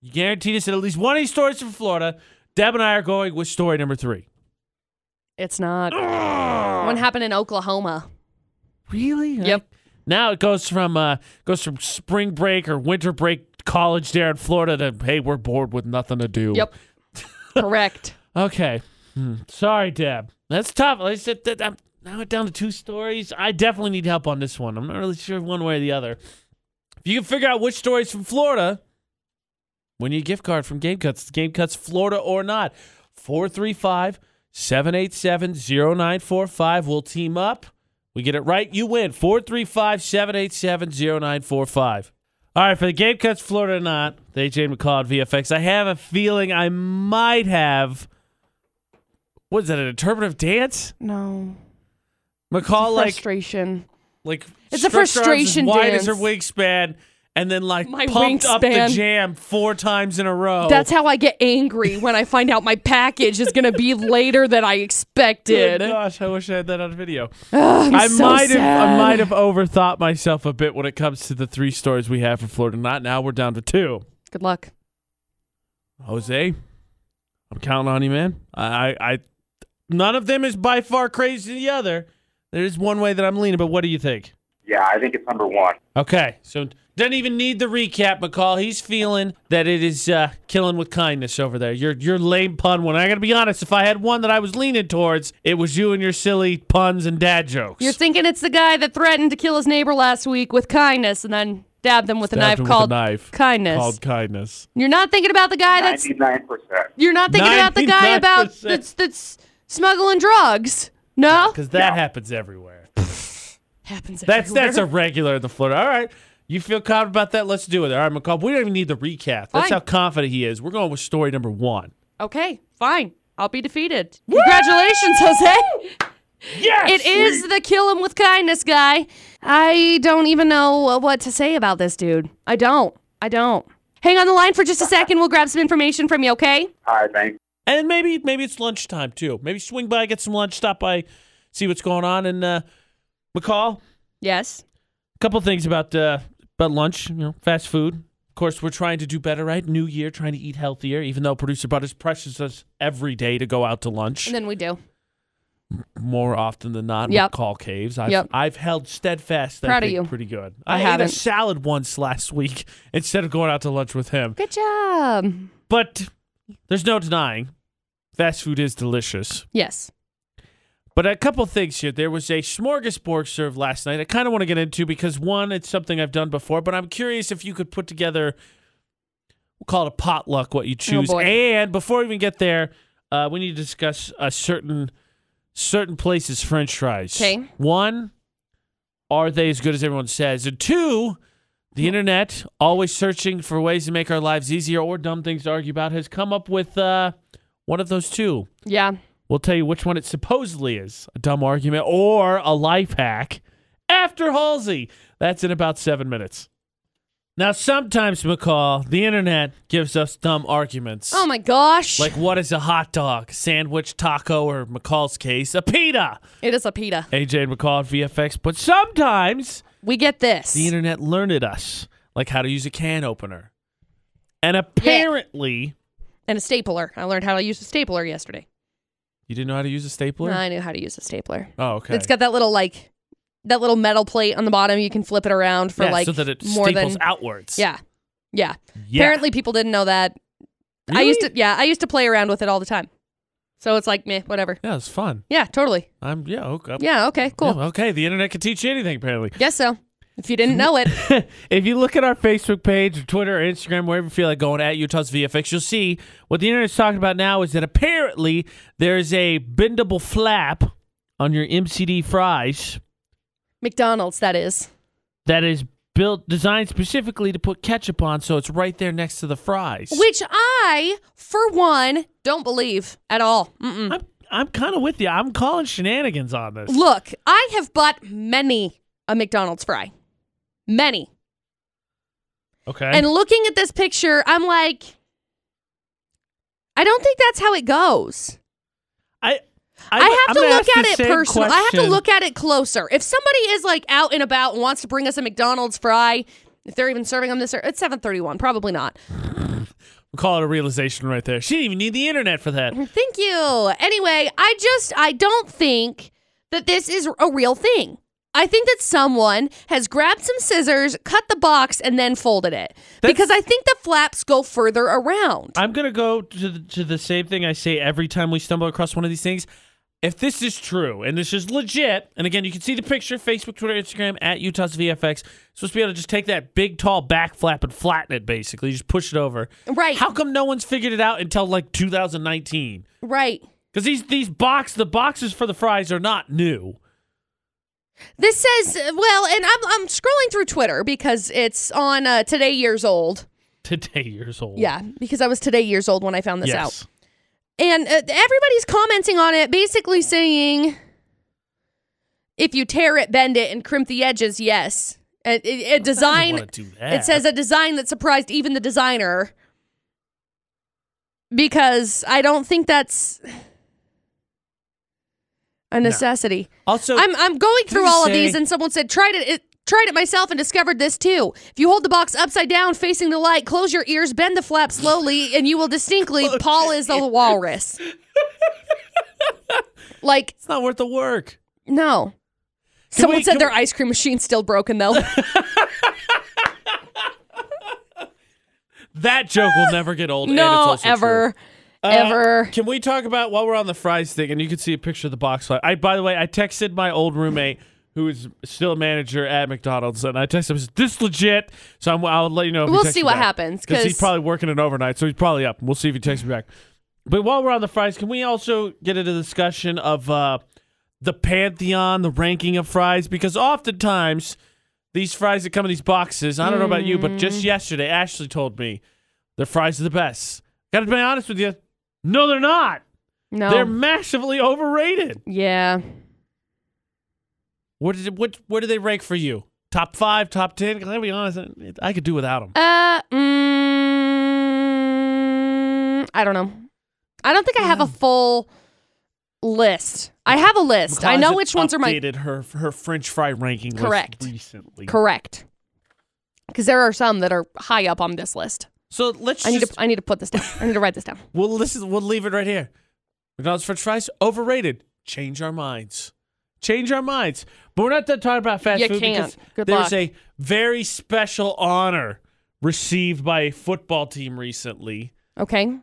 Speaker 1: You guaranteed us that at least one of these stories from Florida. Deb and I are going with story number three.
Speaker 2: It's [CLEARS THROAT] not. One happened in Oklahoma.
Speaker 1: Really?
Speaker 2: Yep.
Speaker 1: I- now it goes from uh goes from spring break or winter break college there in Florida to hey we're bored with nothing to do.
Speaker 2: [LAUGHS] Yep. Correct.
Speaker 1: Okay. Hmm. Sorry, Deb. That's tough. I said that I'm now we're down to two stories. I definitely need help on this one. I'm not really sure one way or the other. If you can figure out which story's from Florida, win you a gift card from Game Cuts. It's Game Cuts Florida or not. 435 787 0945. We'll team up. We get it right. You win. 435 787 0945. All right, for the Game Cuts Florida or not, the AJ McCall at VFX, I have a feeling I might have. What is that, an interpretive dance?
Speaker 2: No.
Speaker 1: McCall, like,
Speaker 2: Frustration.
Speaker 1: like
Speaker 2: It's a
Speaker 1: stretched her arms
Speaker 2: frustration
Speaker 1: as wide
Speaker 2: dance.
Speaker 1: as her wingspan, and then like
Speaker 2: My
Speaker 1: pumped up the
Speaker 2: wingspan.
Speaker 1: jam four times in a row.
Speaker 2: That's how I get angry when I find out my package is going to be later than I
Speaker 1: Good
Speaker 2: expected.
Speaker 1: Gosh, I wish I had that on video.
Speaker 2: Ugh, I'm
Speaker 1: I
Speaker 2: so
Speaker 1: might have I
Speaker 2: sad.
Speaker 1: might have overthought myself a bit when it comes to the three stories we have for Florida. Not now we're down to two.
Speaker 2: Good luck.
Speaker 1: Jose, I'm counting on you, man. I, I, I none of them is by far crazy than the other. There is one way that I'm leaning, but what do you think?
Speaker 4: Yeah, I think it's number one.
Speaker 1: Okay, so doesn't even need the recap, McCall. He's feeling that it is uh, killing with kindness over there. Your your lame pun one. I gotta be honest. If I had one that I was leaning towards, it was you and your silly puns and dad jokes.
Speaker 2: You're thinking it's the guy that threatened to kill his neighbor last week with kindness and then dabbed them with a
Speaker 1: Stabbed
Speaker 2: knife
Speaker 1: him with a
Speaker 2: called
Speaker 1: knife
Speaker 2: kindness.
Speaker 1: called kindness.
Speaker 2: You're not thinking about the guy that's
Speaker 4: Ninety-nine percent.
Speaker 2: You're not thinking about the guy about
Speaker 1: 99%.
Speaker 2: that's that's smuggling drugs. No?
Speaker 1: Because that happens everywhere.
Speaker 2: [LAUGHS] Happens
Speaker 1: That's
Speaker 2: everywhere.
Speaker 1: that's a regular in the Florida. All right. You feel confident about that? Let's do it. All right, McCall. We don't even need the recap. That's
Speaker 2: Fine.
Speaker 1: how confident he is. We're going with story number one.
Speaker 2: Okay, fine. I'll be defeated. Congratulations, Jose.
Speaker 1: Yes!
Speaker 2: It is the kill him with kindness guy. I don't even know uh, what to say about this dude. I don't. I don't. Hang on the line for just a second. We'll grab some information from you, okay?
Speaker 4: I think.
Speaker 1: And maybe maybe it's lunchtime too. Maybe swing by, get some lunch, stop by, see what's going on. And uh, McCall, a
Speaker 2: Yes.
Speaker 1: couple things about uh, about lunch. You know, fast food. Of course, we're trying to do better, right? New year, trying to eat healthier. Even though producer Butters pressures us every day to go out to lunch
Speaker 2: And then we do.
Speaker 1: more often than not.
Speaker 2: Yep.
Speaker 1: McCall caves. I've,
Speaker 2: Yep.
Speaker 1: I've held steadfast. That
Speaker 2: Proud of
Speaker 1: thing
Speaker 2: you.
Speaker 1: Pretty good. I, ate
Speaker 2: haven't.
Speaker 1: a salad once last week [LAUGHS] instead of going out to lunch with him.
Speaker 2: Good job.
Speaker 1: But there's no denying, fast food is delicious.
Speaker 2: Yes.
Speaker 1: But a couple things here. There was a smorgasbord served last night. I kind of want to get into because one, it's something I've done before, but I'm curious if you could put together, we'll call it a potluck, what you choose.
Speaker 2: boy.
Speaker 1: and before we even get there, uh, we need to discuss a certain certain places French fries.
Speaker 2: 'Kay.
Speaker 1: One, are they as good as everyone says? And two, the internet, always searching for ways to make our lives easier or dumb things to argue about, has come up with uh, one of those two.
Speaker 2: Yeah.
Speaker 1: We'll tell you which one it supposedly is a dumb argument or a life hack after Halsey. That's in about seven minutes. Now, sometimes, McCall, the internet gives us dumb arguments.
Speaker 2: Oh my gosh.
Speaker 1: Like, what is a hot dog, sandwich, taco, or McCall's case, a pita?
Speaker 2: it is a pita.
Speaker 1: AJ and McCall at VFX. But sometimes
Speaker 2: We get this.
Speaker 1: the internet learned us, like how to use a can opener. And apparently,
Speaker 2: and a stapler. I learned how to use a stapler yesterday.
Speaker 1: you didn't know how to use a stapler?
Speaker 2: I knew how to use a stapler.
Speaker 1: oh, okay.
Speaker 2: It's got that little like that little metal plate on the bottom. You can flip it around for
Speaker 1: yeah,
Speaker 2: like
Speaker 1: so that it
Speaker 2: more
Speaker 1: staples
Speaker 2: than
Speaker 1: outwards.
Speaker 2: yeah, yeah.
Speaker 1: Yeah.
Speaker 2: Apparently, people didn't know that. I used to yeah, I used to play around with it all the time. So it's like meh, whatever.
Speaker 1: Yeah, it's fun.
Speaker 2: Yeah, totally.
Speaker 1: I'm yeah, okay.
Speaker 2: Yeah, okay, cool.
Speaker 1: Yeah, okay, the internet can teach you anything apparently.
Speaker 2: Guess so. If you didn't
Speaker 1: [LAUGHS]
Speaker 2: know it,
Speaker 1: if you look at our Facebook page, or Twitter, or Instagram, wherever you feel like going at Utah's VFX, you'll see what the internet's talking about now is that apparently there's a bendable flap on your MCD fries
Speaker 2: McDonald's that is.
Speaker 1: that is built designed specifically to put ketchup on, so it's right there next to the fries.
Speaker 2: Which I, for one, don't believe at all. Mm-mm.
Speaker 1: I'm I'm kind of with you. I'm calling shenanigans on this.
Speaker 2: Look, I have bought many a McDonald's fry. Many.
Speaker 1: Okay.
Speaker 2: And looking at this picture, I'm like, I don't think that's how it goes.
Speaker 1: I
Speaker 2: I, have to look at it personal. I have to look at it closer. If somebody is like out and about and wants to bring us a McDonald's fry, if they're even serving them this, ear- it's 7:31, probably not.
Speaker 1: Call it a realization right there. She didn't even need the internet for that.
Speaker 2: Thank you. Anyway, I just I don't think that this is a real thing. I think that someone has grabbed some scissors, cut the box, and then folded it
Speaker 1: That's-
Speaker 2: because I think the flaps go further around.
Speaker 1: I'm gonna go to the, to the same thing I say every time we stumble across one of these things. If this is true and this is legit, and again, you can see the picture Facebook, Twitter, Instagram at Utah's VFX. Supposed to be able to just take that big, tall back flap and flatten it, basically, just push it over.
Speaker 2: right,
Speaker 1: How come no one's figured it out until like 2019?
Speaker 2: right.
Speaker 1: Because these these box the boxes for the fries are not new.
Speaker 2: This says uh, well, and I'm I'm scrolling through Twitter because it's on uh, today years old.
Speaker 1: Today years old.
Speaker 2: Yeah, because I was today years old when I found this
Speaker 1: Yes.
Speaker 2: out. and uh, everybody's commenting on it basically saying if you tear it bend it and crimp the edges yes a, a- a
Speaker 1: I
Speaker 2: design
Speaker 1: want to do that.
Speaker 2: it says a design that surprised even the designer because i don't think that's a necessity
Speaker 1: also.
Speaker 2: [LAUGHS] I'm I'm going through
Speaker 1: you
Speaker 2: all of
Speaker 1: say-
Speaker 2: these, and someone said tried it. it Tried it myself and discovered this too. If you hold the box upside down, facing the light, close your ears, bend the flap slowly, and you will distinctly Paul is the
Speaker 1: [LAUGHS]
Speaker 2: walrus. like,
Speaker 1: it's not worth the work.
Speaker 2: no. someone
Speaker 1: we-
Speaker 2: said
Speaker 1: can
Speaker 2: their ice cream machine's still
Speaker 1: [LAUGHS]
Speaker 2: broken though.
Speaker 1: That joke will never get old. and it's
Speaker 2: no,
Speaker 1: also
Speaker 2: ever.
Speaker 1: true. Uh,
Speaker 2: ever.
Speaker 1: Can we talk about while we're on the fries thing? And you can see a picture of the box. fly- I, by the way, I texted my old roommate who is still a manager at McDonald's, and I texted him. I said, This legit. So I'm, I'll let you know. if he
Speaker 2: We'll
Speaker 1: texts
Speaker 2: see
Speaker 1: me
Speaker 2: what
Speaker 1: back.
Speaker 2: happens,
Speaker 1: he's
Speaker 2: 'cause-
Speaker 1: probably working it overnight, so he's probably up. We'll see if he texts me back. But while we're on the fries, can we also get into the discussion of uh, the pantheon, the ranking of fries? Because oftentimes these fries that come in these boxes. I don't know about you, but
Speaker 2: Mm.
Speaker 1: just yesterday, Ashley told me their fries are the best. Got to be honest with you. No, they're not.
Speaker 2: No.
Speaker 1: They're massively overrated.
Speaker 2: yeah.
Speaker 1: What did what where do they rank for you? Top five, top ten? Because I'll be honest, I could do without them.
Speaker 2: Uh, mm, I don't know. I don't think I
Speaker 1: Mm.
Speaker 2: have a full list. I have a list. I know which ones are my
Speaker 1: Updated her her French fry ranking list
Speaker 2: Correct.
Speaker 1: recently.
Speaker 2: correct. Because there are some that are high up on this list.
Speaker 1: So let's
Speaker 2: I need
Speaker 1: just
Speaker 2: to. I need to put this down. I need to write this down.
Speaker 1: we'll listen. We'll leave it right here. McDonald's French fries overrated. Change our minds. Change our minds. But we're not done talking about fast
Speaker 2: You
Speaker 1: food because
Speaker 2: can't. Good
Speaker 1: there's
Speaker 2: luck.
Speaker 1: a very special honor received by a football team recently
Speaker 2: Okay.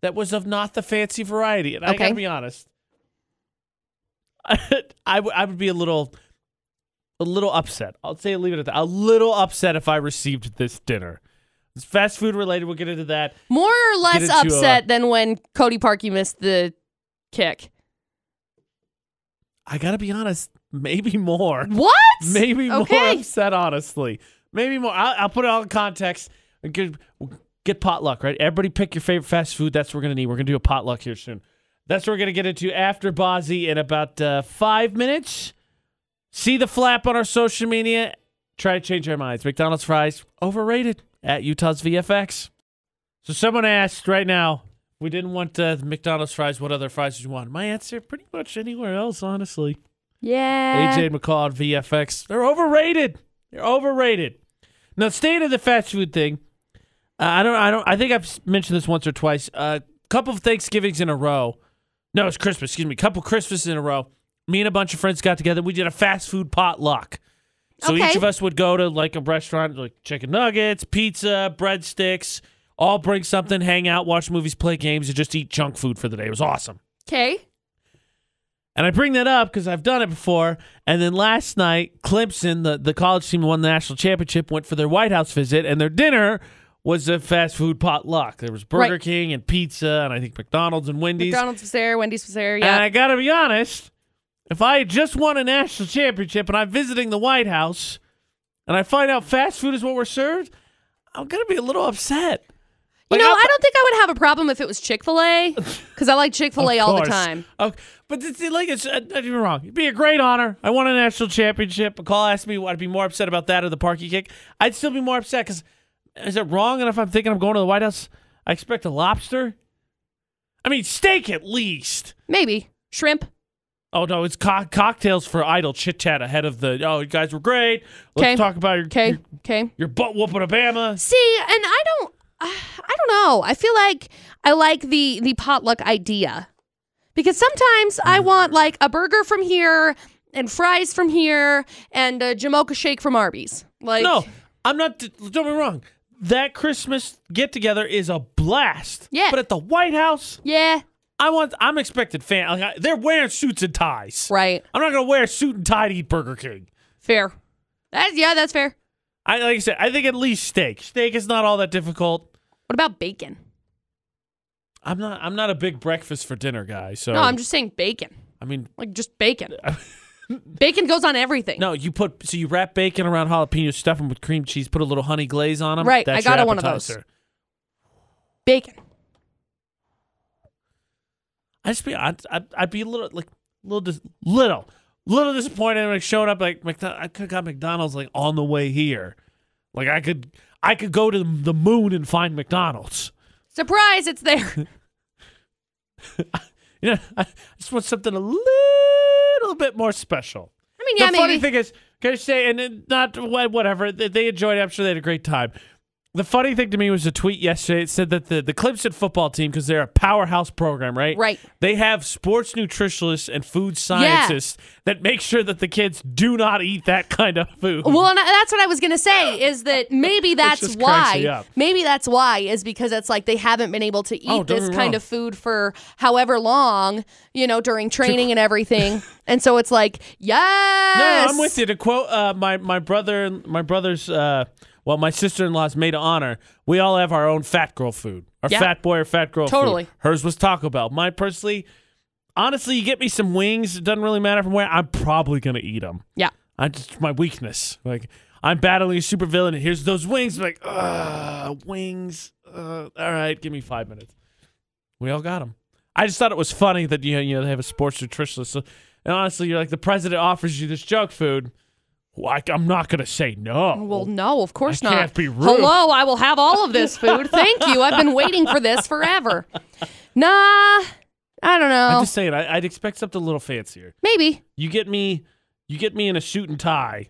Speaker 1: that was of not the fancy variety. And I
Speaker 2: Okay.
Speaker 1: gotta be honest, [LAUGHS] I would- I would be a little, a little upset. I'll say leave it at that. A little upset if I received this dinner. It's fast food related. We'll get into that.
Speaker 2: More or less
Speaker 1: into, uh,
Speaker 2: upset than when Cody Parkey missed the kick.
Speaker 1: I gotta be honest. Maybe more.
Speaker 2: What?
Speaker 1: Maybe more
Speaker 2: Okay.
Speaker 1: upset. Honestly, maybe more. I'll, I'll put it all in context. Get, get potluck right. Everybody pick your favorite fast food. That's what we're gonna need. We're gonna do a potluck here soon. That's what we're gonna get into after Bozzy in about uh, five minutes. See the flap on our social media. Try to change our minds. McDonald's fries overrated at Utah's VFX. So someone asked right now, we didn't want uh, the McDonald's fries. What other fries did you want? My answer, pretty much anywhere else, honestly.
Speaker 2: Yeah.
Speaker 1: AJ McCall and VFX. They're overrated. They're overrated. Now, staying in the fast food thing, uh, I don't, I don't, I think I've s- mentioned this once or twice. A couple of Thanksgivings in a row. No, it's Christmas. Excuse me. couple Christmases in a row. Me and a bunch of friends got together. We did a fast food potluck. So
Speaker 2: Okay.
Speaker 1: each of us would go to like a restaurant, like chicken nuggets, pizza, breadsticks. All bring something, hang out, watch movies, play games, and just eat junk food for the day. It was awesome.
Speaker 2: Okay.
Speaker 1: And I bring that up because I've done it before. And then last night, Clemson, the, the college team who won the national championship, went for their White House visit, and their dinner was a fast food potluck. There was Burger
Speaker 2: Right.
Speaker 1: King and pizza, and I think McDonald's and Wendy's.
Speaker 2: McDonald's was there. Wendy's was there.
Speaker 1: And
Speaker 2: Yeah.
Speaker 1: I got to be honest, if I had just won a national championship and I'm visiting the White House and I find out fast food is what we're served, I'm going to be a little upset.
Speaker 2: you
Speaker 1: Like,
Speaker 2: know,
Speaker 1: I'll-
Speaker 2: I don't think I would have a problem if it was Chick Fil A, because I like Chick Fil A
Speaker 1: Of
Speaker 2: all the
Speaker 1: course.
Speaker 2: time.
Speaker 1: Oh, but it's like it's uh, don't get me wrong. It'd be a great honor. I won a national championship. McCall asked me, I'd be more upset about that or the parky kick. I'd still be more upset because is it wrong? And if I'm thinking I'm going to the White House, I expect a lobster. I mean, steak at least.
Speaker 2: Maybe shrimp.
Speaker 1: Oh no, it's co- cocktails for idle chit chat ahead of the. Oh, you guys were great. Let's
Speaker 2: 'Kay.
Speaker 1: talk about your
Speaker 2: Okay.
Speaker 1: your,
Speaker 2: Okay.
Speaker 1: your butt whooping Obama.
Speaker 2: See, and I don't, uh, I don't know. I feel like I like the the potluck idea because sometimes I
Speaker 1: Mm.
Speaker 2: want like a burger from here and fries from here and a Jamocha shake from Arby's. Like,
Speaker 1: No, I'm not. Don't get me wrong. That Christmas get together is a blast.
Speaker 2: Yeah.
Speaker 1: But at the White House,
Speaker 2: yeah,
Speaker 1: I want. I'm expected fan. Like I, they're wearing suits and ties.
Speaker 2: right,
Speaker 1: I'm not gonna wear a suit and tie to eat Burger King.
Speaker 2: fair. That's yeah, that's fair.
Speaker 1: I like I said. I think at least steak. Steak is not all that difficult.
Speaker 2: What about bacon?
Speaker 1: I'm not. I'm not a big breakfast for dinner guy. So
Speaker 2: No, I'm just saying bacon.
Speaker 1: I mean,
Speaker 2: Like just
Speaker 1: [LAUGHS]
Speaker 2: bacon. bacon goes on everything.
Speaker 1: no. You put so you wrap bacon around jalapeno, stuff them with cream cheese, put a little honey glaze on them.
Speaker 2: Right, I
Speaker 1: That's your
Speaker 2: got one of those.
Speaker 1: appetizer.
Speaker 2: Bacon.
Speaker 1: I just be. I'd, I'd, I'd be a little like little dis- little little disappointed when it showed up like McDo- I could have got McDonald's like on the way here. Like I could I could go to the moon and find McDonald's.
Speaker 2: Surprise, it's there. [LAUGHS]
Speaker 1: You know, I just want something a little bit more special.
Speaker 2: I mean, yeah,
Speaker 1: the funny
Speaker 2: maybe.
Speaker 1: thing is, can I say, and it- not wha- whatever, they they enjoyed it. I'm sure they had a great time. The funny thing to me was a tweet yesterday. It said that the, the Clemson football team, because they're a powerhouse program, right?
Speaker 2: Right.
Speaker 1: They have sports nutritionists and food scientists that make sure that the kids do not eat that kind of food.
Speaker 2: Well, and I- that's what I was gonna say is that maybe that's
Speaker 1: just cracks me
Speaker 2: why.
Speaker 1: up.
Speaker 2: Maybe that's why is because it's like they haven't been able to eat
Speaker 1: Oh, don't
Speaker 2: this
Speaker 1: get me
Speaker 2: kind
Speaker 1: wrong.
Speaker 2: of food for however long, you know, during
Speaker 1: [LAUGHS]
Speaker 2: training and everything. and so it's like, yes,
Speaker 1: No, I'm with you. To quote uh, my my brother, my brother's, uh, well, my sister in law's maid of honor. We all have our own fat girl food, our
Speaker 2: Yeah.
Speaker 1: fat boy or fat girl. food.
Speaker 2: Totally.
Speaker 1: Hers was Taco Bell. Mine personally, honestly, you get me some wings. It doesn't really matter from where. I'm probably gonna eat them.
Speaker 2: Yeah,
Speaker 1: I just my weakness. Like I'm battling a supervillain. And here's those wings. I'm like, ugh, wings. Uh, all right, give me five minutes. We all got them. I just thought it was funny that you know, you know they have a sports nutritionist. So, and honestly, you're like the president offers you this junk food. Well, I, am not gonna say no.
Speaker 2: Well, no, of course
Speaker 1: I
Speaker 2: not.
Speaker 1: can't be rude.
Speaker 2: Hello, I will have all of this food. Thank you. I've been waiting for this forever. Nah, I don't know.
Speaker 1: I'm just saying. I, I'd expect something a little fancier.
Speaker 2: Maybe.
Speaker 1: You get me. You get me in a suit and tie.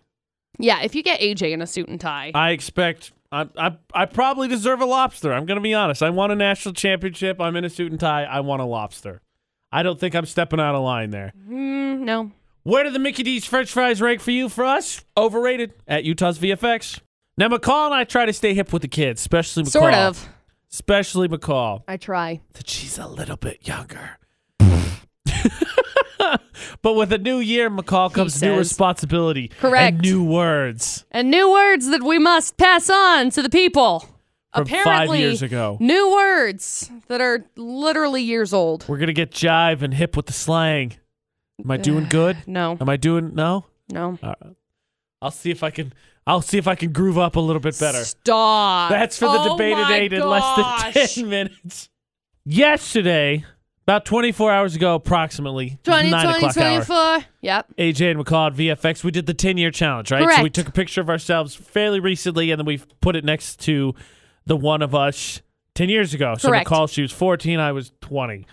Speaker 2: Yeah, if you get AJ in a suit and tie.
Speaker 1: I expect. I, I I probably deserve a lobster. I'm gonna be honest. I want a national championship. I'm in a suit and tie. I want a lobster. I don't think I'm stepping out of line there.
Speaker 2: Mm, no.
Speaker 1: Where do the Mickey D's French fries rank for you? For us, overrated at Utah's VFX. Now McCall and I try to stay hip with the kids, especially McCall.
Speaker 2: Sort of.
Speaker 1: Especially McCall.
Speaker 2: I try.
Speaker 1: That she's a little bit younger. [LAUGHS] But with a new year, McCall comes new
Speaker 2: says-
Speaker 1: responsibility.
Speaker 2: Correct.
Speaker 1: And new words
Speaker 2: And new words that we must pass on to the people.
Speaker 1: from
Speaker 2: Apparently,
Speaker 1: five years ago.
Speaker 2: new words that are literally years old.
Speaker 1: We're gonna get jive and hip with the slang. Am I doing good?
Speaker 2: [SIGHS] No,
Speaker 1: Am I doing no?
Speaker 2: no.
Speaker 1: All right. I'll see if I can. I'll see if I can groove up a little bit better.
Speaker 2: Stop.
Speaker 1: That's for the
Speaker 2: Oh
Speaker 1: debate
Speaker 2: my
Speaker 1: at eight in less than [LAUGHS]
Speaker 2: gosh. [LAUGHS]
Speaker 1: ten minutes. Yesterday, about 24 hours ago, approximately
Speaker 2: 20,
Speaker 1: nine
Speaker 2: 20,
Speaker 1: o'clock hour.
Speaker 2: 24. Yep.
Speaker 1: AJ and McCall at VFX, we did the 10 year challenge, right? So we
Speaker 2: Correct.
Speaker 1: took a picture of ourselves fairly recently and then we put it next to the one of us 10 years ago. So
Speaker 2: Correct.
Speaker 1: McCall, she was 14, I was 20.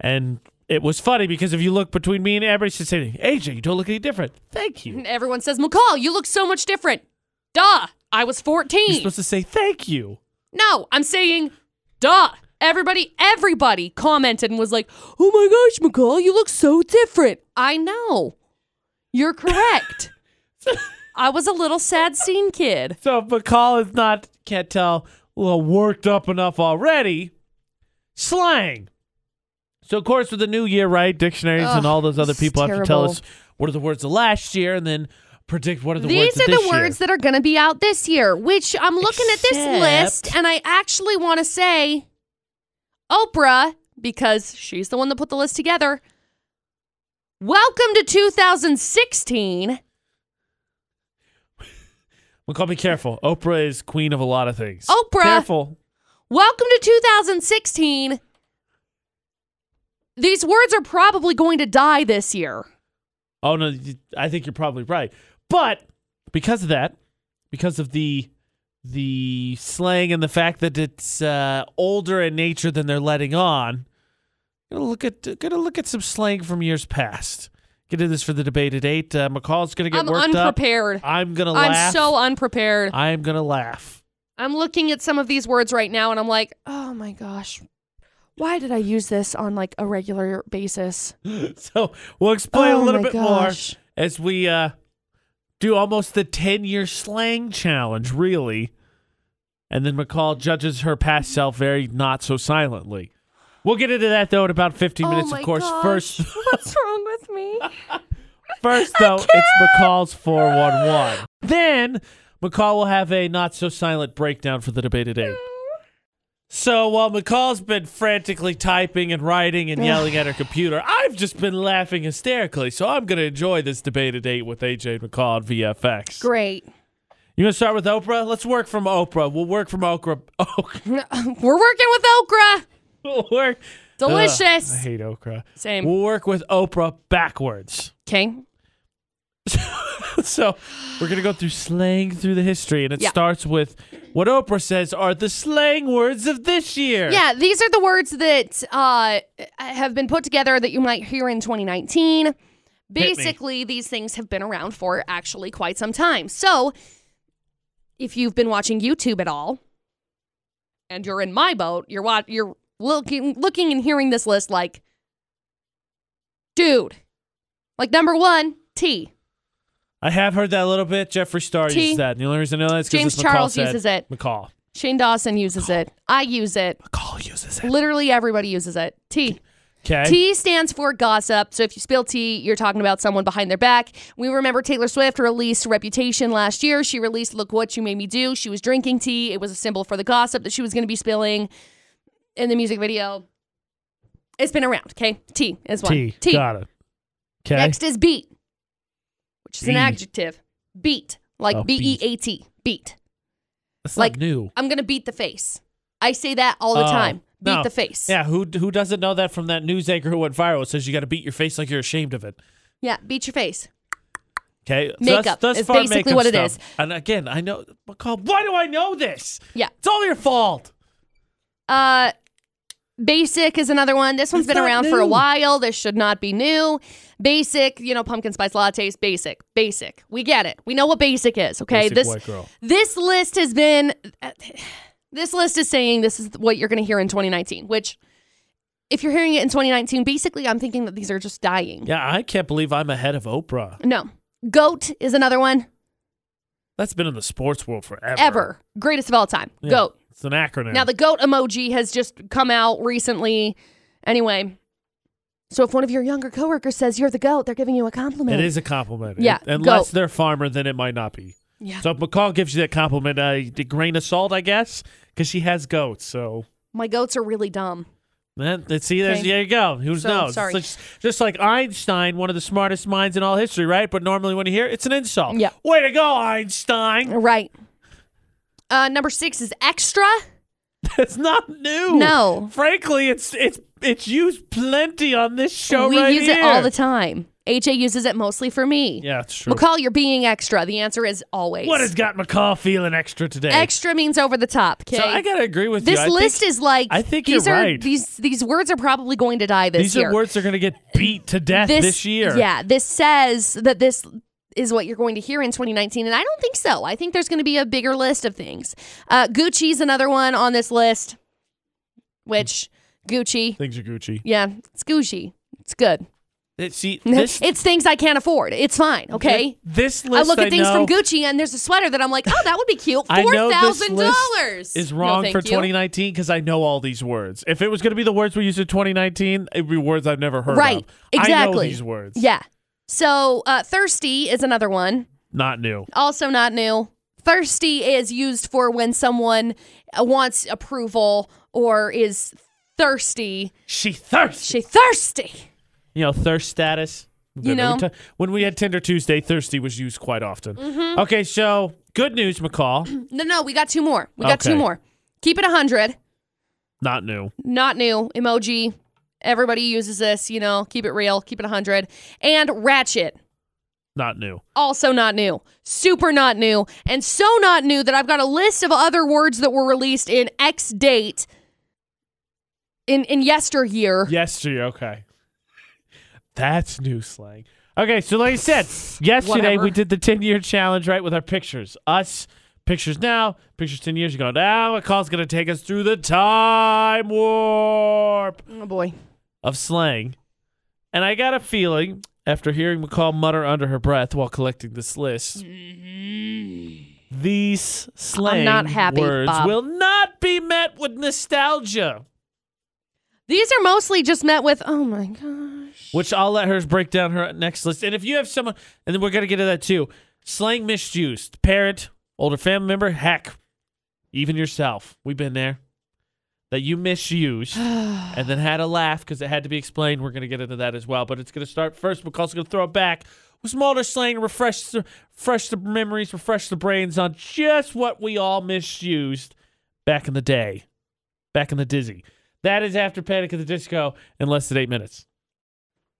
Speaker 1: And it was funny because if you look between me and Amber, she's saying, AJ, you don't look any different. Thank you.
Speaker 2: And everyone says, McCall, you look so much different. Duh. I was 14.
Speaker 1: You're supposed to say thank you.
Speaker 2: No, I'm saying, duh. Everybody, everybody commented and was like, oh my gosh, McCall, you look so different. I know. You're correct. I was a little sad scene kid.
Speaker 1: So if McCall is not, can't tell, well, worked up enough already. Slang. So, of course, with the new year, right? Dictionaries and
Speaker 2: Ugh,
Speaker 1: all those other
Speaker 2: this is
Speaker 1: people have to tell
Speaker 2: terrible.
Speaker 1: us what are the words of last year and then predict what are the words
Speaker 2: These
Speaker 1: of
Speaker 2: are
Speaker 1: this
Speaker 2: the words that are going to be out this year, which I'm looking at
Speaker 1: Except-
Speaker 2: this list and I actually want to say Oprah, because she's the one that put the list together. Welcome to 2016.
Speaker 1: Well, call me careful. Oprah is queen of a lot of things.
Speaker 2: Oprah.
Speaker 1: Careful.
Speaker 2: Welcome to 2016. These words are probably going to die this year.
Speaker 1: Oh, no, you- I think you're probably right. But because of that, because of the the slang and the fact that it's uh, older in nature than they're letting on, gonna look at gonna look at some slang from years past. Get into this for the debate at eight. Uh, McCall's gonna get
Speaker 2: I'm
Speaker 1: worked
Speaker 2: unprepared.
Speaker 1: up. I'm gonna
Speaker 2: I'm
Speaker 1: laugh.
Speaker 2: so unprepared.
Speaker 1: I'm gonna laugh.
Speaker 2: I'm looking at some of these words right now and I'm like, oh my gosh. Why did I use this on like a regular basis?
Speaker 1: [LAUGHS] So we'll explain
Speaker 2: Oh
Speaker 1: a little
Speaker 2: my
Speaker 1: bit
Speaker 2: gosh.
Speaker 1: more as we uh, do almost the 10 year slang challenge, really. And then McCall judges her past self very not so silently. We'll get into that though in about 15
Speaker 2: Oh
Speaker 1: minutes, of course. First,
Speaker 2: [LAUGHS] What's wrong
Speaker 1: [LAUGHS]
Speaker 2: with me?
Speaker 1: first though, it's McCall's 411. Then McCall will have a not so silent breakdown for the debate today. So while McCall's been frantically typing and writing and yelling at her computer, I've just been laughing hysterically. So I'm going to enjoy this debate at eight with AJ McCall on VFX.
Speaker 2: Great.
Speaker 1: You want to start with Oprah? Let's work from Oprah. We'll work from Oprah. [LAUGHS] Oprah.
Speaker 2: We're working with okra.
Speaker 1: We'll work. Ugh, I
Speaker 2: Delicious.
Speaker 1: hate Oprah.
Speaker 2: Same.
Speaker 1: We'll work with Oprah backwards.
Speaker 2: Okay.
Speaker 1: [LAUGHS] so we're going to go through slang through the history. And it
Speaker 2: Yeah.
Speaker 1: starts with what Oprah says are the slang words of this year.
Speaker 2: [LAUGHS] Yeah, these are the words that uh, have been put together that you might hear in 2019. Basically, these things have been around for actually quite some time. So, if you've been watching YouTube at all, and you're in my boat, you're wa- you're looking looking and hearing this list like, dude, like number one, T.
Speaker 1: I have heard that a little bit. Jeffree Star
Speaker 2: T.
Speaker 1: uses that. And the only reason I know that is because
Speaker 2: James
Speaker 1: McCall
Speaker 2: Charles
Speaker 1: said.
Speaker 2: uses it.
Speaker 1: McCall.
Speaker 2: Shane Dawson uses it. I use it.
Speaker 1: McCall uses it.
Speaker 2: Literally everybody uses it. T.
Speaker 1: Okay.
Speaker 2: T stands for gossip. So if you spill tea, you're talking about someone behind their back. We remember Taylor Swift released Reputation last year. She released Look What You Made Me Do. She was drinking tea. It was a symbol for the gossip that she was going to be spilling in the music video. It's been around, okay? T is one.
Speaker 1: T. Got it. Okay.
Speaker 2: Next is beat, which is an
Speaker 1: Beat.
Speaker 2: adjective. Beat, like
Speaker 1: Oh,
Speaker 2: B
Speaker 1: beat.
Speaker 2: E A T, beat.
Speaker 1: That's
Speaker 2: like-
Speaker 1: not new.
Speaker 2: I'm going to beat the face. I say that all the
Speaker 1: Oh,
Speaker 2: time. Beat
Speaker 1: no.
Speaker 2: the face.
Speaker 1: Yeah. Who who doesn't know that from that news anchor who went viral? It says you got to beat your face like you're ashamed of it.
Speaker 2: Yeah, beat your face.
Speaker 1: Okay.
Speaker 2: Makeup is basically what it
Speaker 1: it is.
Speaker 2: is.
Speaker 1: And again, I know McCall. Why do I know this?
Speaker 2: Yeah.
Speaker 1: It's all your fault.
Speaker 2: Uh, Basic is another one. This one's
Speaker 1: It's
Speaker 2: been
Speaker 1: not
Speaker 2: around for a
Speaker 1: new.
Speaker 2: while. This should not be new. Basic, you know, pumpkin spice lattes. Basic, basic. We get it. We know what basic is. Okay.
Speaker 1: Basic
Speaker 2: this
Speaker 1: white girl.
Speaker 2: this list has been. This list is saying this is what you're going to hear in 2019. Which, if you're hearing it in 2019, basically, I'm thinking that these are just dying.
Speaker 1: Yeah, I can't believe I'm ahead of Oprah.
Speaker 2: No, goat is another one.
Speaker 1: That's been in the sports world forever.
Speaker 2: Ever greatest of all time.
Speaker 1: Yeah.
Speaker 2: Goat.
Speaker 1: It's an acronym.
Speaker 2: Now the goat emoji has just come out recently. Anyway, So if one of your younger coworkers says you're the goat, they're giving you a compliment.
Speaker 1: It is a compliment.
Speaker 2: Yeah,
Speaker 1: Un- Unless
Speaker 2: go.
Speaker 1: they're farmer, then it might not be.
Speaker 2: Yeah.
Speaker 1: So if McCall gives you that compliment, uh, a grain of salt, I guess, because she has goats. So
Speaker 2: My goats are really dumb.
Speaker 1: man, let's see, there's,
Speaker 2: Okay.
Speaker 1: there you go. Who
Speaker 2: So,
Speaker 1: knows?
Speaker 2: sorry.
Speaker 1: It's Just, just like Einstein, one of the smartest minds in all history, right? But normally when you hear it, it's an insult.
Speaker 2: Yeah.
Speaker 1: Way to go, Einstein. [LAUGHS]
Speaker 2: Right. Uh, number six is extra.
Speaker 1: It's not new.
Speaker 2: No.
Speaker 1: Frankly, it's it's it's used plenty on this show.
Speaker 2: we
Speaker 1: right
Speaker 2: use it all
Speaker 1: here.
Speaker 2: the time. HA uses it mostly for me.
Speaker 1: Yeah, it's true.
Speaker 2: McCall, you're being extra. The answer is always.
Speaker 1: What has got McCall feeling extra today?
Speaker 2: extra means over the top? Okay.
Speaker 1: So I gotta agree with
Speaker 2: this
Speaker 1: you. I think
Speaker 2: list is like
Speaker 1: I think
Speaker 2: these
Speaker 1: you're
Speaker 2: are
Speaker 1: right.
Speaker 2: these these words are probably going to die this
Speaker 1: these
Speaker 2: year.
Speaker 1: are words that are gonna get beat to death this, year.
Speaker 2: Yeah, this says that this is what you're going to hear in 2019, and I don't think so. I think there's going to be a bigger list of things. Uh, Gucci's another one on this list, which Gucci,
Speaker 1: Things are Gucci.
Speaker 2: yeah, it's Gucci. It's good.
Speaker 1: It-
Speaker 2: [LAUGHS]
Speaker 1: see, this,
Speaker 2: it's things I can't afford. It's fine. Okay.
Speaker 1: This
Speaker 2: I
Speaker 1: list
Speaker 2: look at things
Speaker 1: know,
Speaker 2: from Gucci, and there's a sweater that I'm like, oh, that would be cute.
Speaker 1: I
Speaker 2: Four
Speaker 1: know this
Speaker 2: thousand dollars
Speaker 1: list is wrong for 2019 because I know all these words. If it was going to be the words we used in 2019, it'd be words I've never heard
Speaker 2: Right.
Speaker 1: of. I know
Speaker 2: Exactly.
Speaker 1: these words.
Speaker 2: Yeah. So uh, thirsty is another one.
Speaker 1: Not new.
Speaker 2: Also not new. Thirsty is used for when someone uh, wants approval or is thirsty.
Speaker 1: She thirsts.
Speaker 2: She thirsty.
Speaker 1: you know, thirst status.
Speaker 2: You
Speaker 1: Remember,
Speaker 2: know.
Speaker 1: we ta- when we had Tinder Tuesday, thirsty was used quite often.
Speaker 2: Mm-hmm.
Speaker 1: Okay, so good news, McCall. [CLEARS THROAT]
Speaker 2: No, no, we got two more. We got two
Speaker 1: Okay.
Speaker 2: more. Keep it 100.
Speaker 1: Not new.
Speaker 2: Not new. Emoji. Everybody uses this, you know, keep it real, keep it 100. And ratchet.
Speaker 1: Not new.
Speaker 2: Also not new. Super not new. And so not new that I've got a list of other words that were released in X date in in yesteryear.
Speaker 1: Yesterday, okay. That's new slang. Okay, so like I
Speaker 2: [LAUGHS]
Speaker 1: said, yesterday
Speaker 2: Whatever.
Speaker 1: we did the 10 year challenge, right, with our pictures. Us, pictures now, pictures 10 years ago. Now, McCall's going to take us through the time warp
Speaker 2: Oh boy.
Speaker 1: of slang. And I got a feeling after hearing McCall mutter under her breath while collecting this list, these slang
Speaker 2: Mm-hmm. not happy,
Speaker 1: words
Speaker 2: Bob.
Speaker 1: will not be met with nostalgia.
Speaker 2: These are mostly just met with, oh my gosh.
Speaker 1: which I'll let her break down her next list. And if you have someone, and then we're gonna get to that too. Slang misused, parent, older family member, heck, even yourself. We've been there. That you
Speaker 2: [SIGHS]
Speaker 1: misused and then had a laugh because it had to be explained. We're gonna get into that as well. But it's gonna start first. McCall's gonna throw it back with some older slang to refresh the, refresh the memories, refresh the brains on just what we all misused back in the day, back in the dizzy. That is after Panic at the Disco in less than eight minutes.